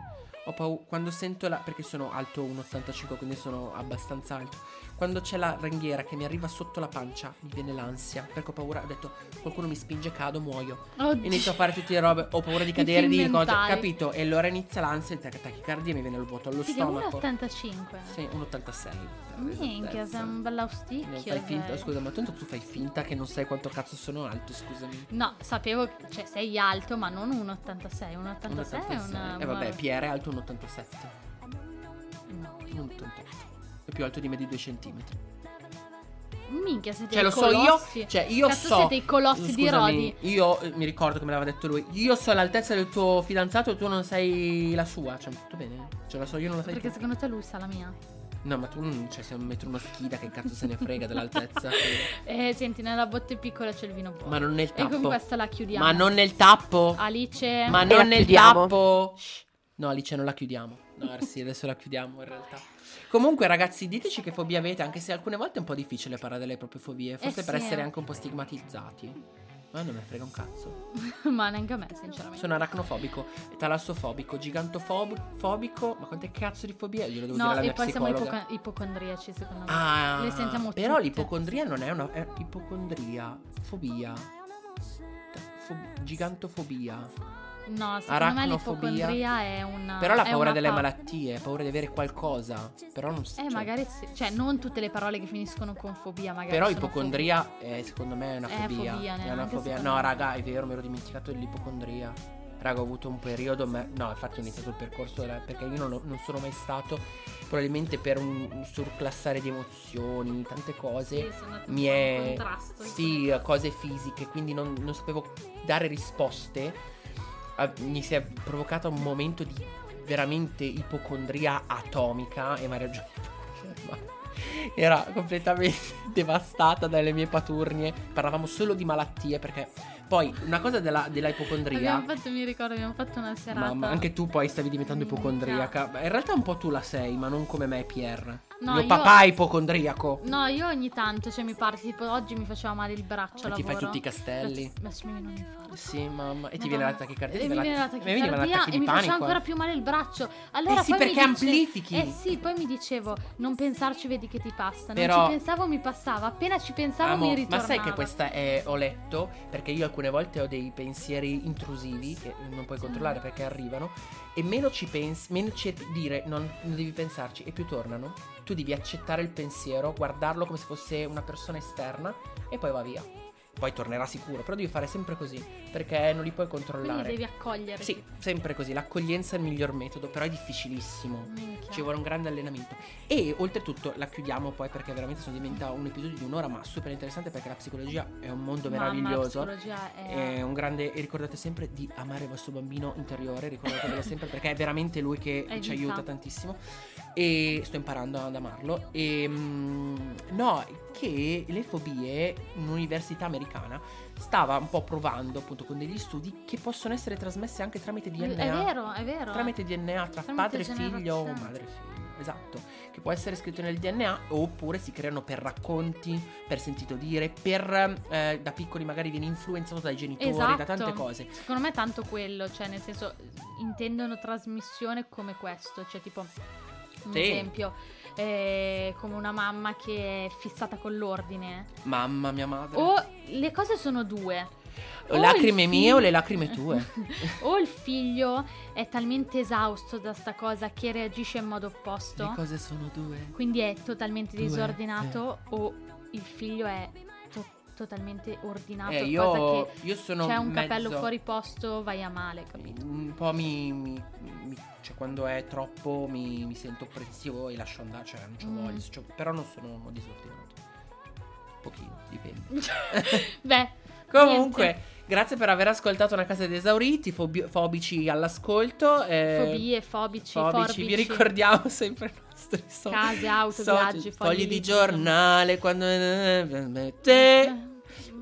Speaker 3: ho paura. Quando sento la. Perché sono alto 1,85, quindi sono abbastanza alto. Quando c'è la ranghiera che mi arriva sotto la pancia, mi viene l'ansia. Perché ho paura. Ho detto, qualcuno mi spinge, cado, muoio.
Speaker 1: Oddio.
Speaker 3: Inizio a fare tutte le robe. Ho paura di
Speaker 1: I
Speaker 3: cadere, di
Speaker 1: film
Speaker 3: cose.
Speaker 1: mentali.
Speaker 3: Capito? E allora inizia l'ansia, inizia la tachicardia, mi viene il vuoto allo
Speaker 1: Figa,
Speaker 3: stomaco.
Speaker 1: 1,85.
Speaker 3: Sì, 1,86.
Speaker 1: Minchia, sei un
Speaker 3: Non
Speaker 1: bell'austicchio. eh.
Speaker 3: fai finta,
Speaker 1: sei.
Speaker 3: scusa, ma tanto tu fai finta che non sai quanto cazzo sono alto, scusami.
Speaker 1: No, sapevo, cioè sei alto, ma non 1,86. 1,86 è
Speaker 3: 1,86.
Speaker 1: una... Mm.
Speaker 3: Eh vabbè, Pierre è alto 1,87.
Speaker 1: No.
Speaker 3: 1,88. È più alto di me di 2 cm.
Speaker 1: Minchia, siete
Speaker 3: Cioè,
Speaker 1: dei
Speaker 3: lo so io.
Speaker 1: colossi.
Speaker 3: Cioè, io
Speaker 1: Cazzo,
Speaker 3: so.
Speaker 1: siete i colossi di
Speaker 3: Scusami,
Speaker 1: Rodi.
Speaker 3: Io eh, mi ricordo che me l'aveva detto lui. Io so l'altezza del tuo fidanzato e tu non sei la sua. Cioè, tutto bene. Cioè, la so, io non la sai.
Speaker 1: Perché
Speaker 3: tu.
Speaker 1: secondo te lui sa la mia?
Speaker 3: No, ma tu non. Cioè, sei un metro una schida, che cazzo se ne frega dell'altezza.
Speaker 1: eh, senti, nella botte piccola c'è il vino buono.
Speaker 3: ma non nel
Speaker 1: e con
Speaker 3: tappo.
Speaker 1: questa Ah, la chiudiamo.
Speaker 3: Ma non nel tappo.
Speaker 1: Alice.
Speaker 3: Ma
Speaker 4: E
Speaker 3: non
Speaker 4: la
Speaker 3: nel
Speaker 4: chiudiamo.
Speaker 3: tappo. No, Alice, non la chiudiamo. No, eh sì, adesso la chiudiamo in realtà. Comunque, ragazzi, diteci che fobie avete, anche se alcune volte è un po' difficile parlare delle proprie fobie. Forse
Speaker 1: Eh
Speaker 3: per
Speaker 1: sì.
Speaker 3: essere anche un po' stigmatizzati. Ma non me frega un cazzo.
Speaker 1: Ma neanche a me, sinceramente.
Speaker 3: Sono aracnofobico, talassofobico, gigantofobico. Ma quante cazzo di fobie? Glielo devo
Speaker 1: no,
Speaker 3: dire alla mia
Speaker 1: e poi siamo
Speaker 3: psicologa.
Speaker 1: ipoco- ipocondriaci, secondo me.
Speaker 3: Ah,
Speaker 1: Le sentiamo
Speaker 3: però
Speaker 1: tutte.
Speaker 3: l'ipocondria non è una. È ipocondria, fobia, ta- fo- gigantofobia.
Speaker 1: No, secondo me
Speaker 3: Aracnofobia.
Speaker 1: l'ipocondria è una.
Speaker 3: Però la
Speaker 1: è
Speaker 3: paura
Speaker 1: una
Speaker 3: delle
Speaker 1: pa-
Speaker 3: malattie, paura di avere qualcosa. Però non si.
Speaker 1: Eh,
Speaker 3: cioè,
Speaker 1: magari sì. Cioè, non tutte le parole che finiscono con fobia, magari.
Speaker 3: Però
Speaker 1: sono
Speaker 3: ipocondria, è, secondo me, è una
Speaker 1: È
Speaker 3: fobia.
Speaker 1: fobia,
Speaker 3: È una
Speaker 1: neanche
Speaker 3: fobia.
Speaker 1: secondo
Speaker 3: No,
Speaker 1: me.
Speaker 3: raga, è vero, mi ero dimenticato dell'ipocondria. Raga, ho avuto un periodo. ma- No, infatti ho iniziato il percorso della- perché io non, ho- non sono mai stato. Probabilmente per un, un surclassare di emozioni, tante cose.
Speaker 1: fobia. Sì, sono andata
Speaker 3: mi
Speaker 1: un po' in
Speaker 3: è-
Speaker 1: contrasto.
Speaker 3: sì, cose fisiche, quindi non, non sapevo dare risposte. Ah, Mi si è provocato un momento di veramente ipocondria atomica e mi ha ragione. ma Era completamente devastata dalle mie paturnie. Parlavamo solo di malattie perché poi una cosa della, della ipocondria.
Speaker 1: Abbiamo fatto, mi ricordo, abbiamo fatto una serata.
Speaker 3: Mamma, anche tu poi stavi diventando
Speaker 1: Minchia.
Speaker 3: ipocondriaca. Beh, In realtà un po' tu la sei, ma non come me, Pierre.
Speaker 1: No,
Speaker 3: Mio
Speaker 1: io-
Speaker 3: papà è ipocondriaco.
Speaker 1: No, io ogni tanto, cioè mi parte, tipo oggi mi faceva male il braccio
Speaker 3: E
Speaker 1: al
Speaker 3: ti fai
Speaker 1: lavoro.
Speaker 3: tutti i castelli.
Speaker 1: Ma se mi viene un infarto.
Speaker 3: Sì, mamma. E ti
Speaker 1: Madonna.
Speaker 3: viene l'attacco di
Speaker 1: E mi viene
Speaker 3: la-
Speaker 1: l'attacco
Speaker 3: mi veniva
Speaker 1: cardiaco
Speaker 3: l'attacco
Speaker 1: e
Speaker 3: di
Speaker 1: mi faceva
Speaker 3: panico.
Speaker 1: ancora più male il braccio. Allora,
Speaker 3: Eh sì,
Speaker 1: poi mi
Speaker 3: perché
Speaker 1: dice-
Speaker 3: amplifichi.
Speaker 1: Eh sì, poi mi dicevo, non pensarci, vedi che ti passa. Non
Speaker 3: Però-
Speaker 1: ci pensavo, mi passava. Appena ci pensavo,
Speaker 3: Amo,
Speaker 1: mi
Speaker 3: ma
Speaker 1: ritornava.
Speaker 3: sai che questa è, ho letto, perché io alcune volte ho dei pensieri intrusivi che non puoi controllare perché arrivano, e meno ci pensi, meno ci dire non, non devi pensarci, e più tornano. Tu devi accettare il pensiero, guardarlo come se fosse una persona esterna, e poi va via. Poi tornerà sicuro, però devi fare sempre così, perché non li puoi
Speaker 1: Quindi
Speaker 3: controllare.
Speaker 1: devi accogliere.
Speaker 3: Sì, sempre così. L'accoglienza è il miglior metodo, però è difficilissimo.
Speaker 1: Minchia.
Speaker 3: Ci vuole un grande allenamento. E oltretutto la chiudiamo poi perché veramente sono diventa un episodio di un'ora, ma super interessante perché la psicologia è un mondo
Speaker 1: Mamma, la
Speaker 3: meraviglioso. Eh,
Speaker 1: psicologia
Speaker 3: È
Speaker 1: è...
Speaker 3: un grande. E ricordate sempre di amare il vostro bambino interiore, ricordatelo sempre perché è veramente lui che
Speaker 1: È
Speaker 3: ci
Speaker 1: vita.
Speaker 3: aiuta tantissimo. E sto imparando ad amarlo. E mm, no, che le fobie, un'università americana stava un po' provando appunto con degli studi che possono essere trasmesse anche tramite DNA.
Speaker 1: È vero, è vero.
Speaker 3: Tramite DNA tra
Speaker 1: Tramite
Speaker 3: padre e figlio o
Speaker 1: generazione.
Speaker 3: madre e figlio. Esatto, che può essere scritto nel DNA oppure si creano per racconti, per sentito dire, per eh, da piccoli magari viene influenzato dai genitori, da
Speaker 1: Esatto.
Speaker 3: tante cose.
Speaker 1: Secondo me è tanto quello, cioè nel senso intendono trasmissione come questo, cioè tipo un
Speaker 3: Sì.
Speaker 1: esempio eh, come una mamma che è fissata con l'ordine
Speaker 3: Mamma mia madre.
Speaker 1: o le cose sono due.
Speaker 3: O
Speaker 1: il
Speaker 3: lacrime
Speaker 1: fig-
Speaker 3: mie o le lacrime tue.
Speaker 1: o il figlio è talmente esausto da sta cosa che reagisce in modo
Speaker 3: Le
Speaker 1: opposto,
Speaker 3: cose sono due.
Speaker 1: quindi è totalmente
Speaker 3: Due,
Speaker 1: disordinato o il figlio è to- totalmente ordinato,
Speaker 3: Eh,
Speaker 1: cosa che
Speaker 3: io, io sono
Speaker 1: c'è un
Speaker 3: mezzo-
Speaker 1: capello fuori posto, vai a male, capito?
Speaker 3: Un po' mi, mi- mi- cioè quando è troppo mi, mi sento oppressivo e lascio andare, cioè non c'ho
Speaker 1: Mm.
Speaker 3: voglia, cioè, però non sono disordinato. Pochino, dipende.
Speaker 1: Beh,
Speaker 3: Comunque,
Speaker 1: niente.
Speaker 3: grazie per aver ascoltato una casa dei esauriti, fobi- fobici all'ascolto. eh,
Speaker 1: fobie, fobici,
Speaker 3: fobici,
Speaker 1: forbici.
Speaker 3: vi ricordiamo sempre i nostri so-
Speaker 1: Case, auto,
Speaker 3: soci-
Speaker 1: viaggi, fogli
Speaker 3: fogli di
Speaker 1: di
Speaker 3: giornale, quando... eh, Te... eh,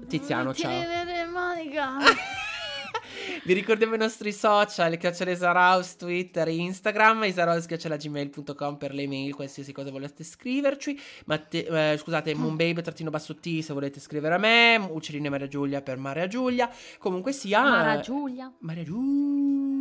Speaker 3: Tiziano,
Speaker 1: Ti
Speaker 3: ciao.
Speaker 1: vedere, Monica.
Speaker 3: Vi ricordiamo i nostri social, chiocciola Isaraus, Twitter, Instagram, isaraus.gmail.com per le mail, qualsiasi cosa volete scriverci. Matte- eh, scusate, moonbabe-t se volete scrivere a me, Uccellino e Maria Giulia per Maria Giulia. Comunque sia...
Speaker 1: Mara Giulia.
Speaker 3: Maria Giulia.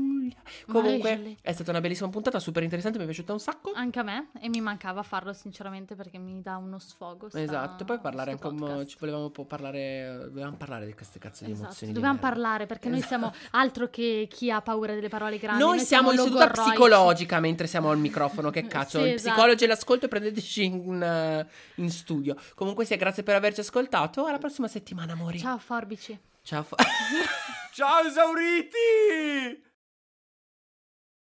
Speaker 3: Comunque
Speaker 1: Giulia. Ah,
Speaker 3: è stata una bellissima puntata, super interessante, mi è piaciuta un sacco.
Speaker 1: Anche a me, e mi mancava farlo sinceramente perché mi dà uno sfogo. sta-
Speaker 3: Esatto, poi parlare anche
Speaker 1: sto
Speaker 3: un po',
Speaker 1: podcast.
Speaker 3: ci volevamo un po' parlare, dovevamo parlare di queste cazzo di
Speaker 1: Esatto,
Speaker 3: emozioni. di
Speaker 1: Dobbiamo
Speaker 3: merda.
Speaker 1: parlare perché noi
Speaker 3: Esatto.
Speaker 1: siamo altro che chi ha paura delle parole grandi.
Speaker 3: Noi, siamo in seduta
Speaker 1: logorroici.
Speaker 3: psicologica mentre siamo al microfono, che cazzo,
Speaker 1: Sì,
Speaker 3: il
Speaker 1: esatto.
Speaker 3: psicologo e l'ascolto prendeteci in, eh, in studio. Comunque sia, grazie per averci ascoltato, alla prossima settimana amori.
Speaker 1: Ciao, forbici.
Speaker 3: Ciao, fa- Ciao esauriti!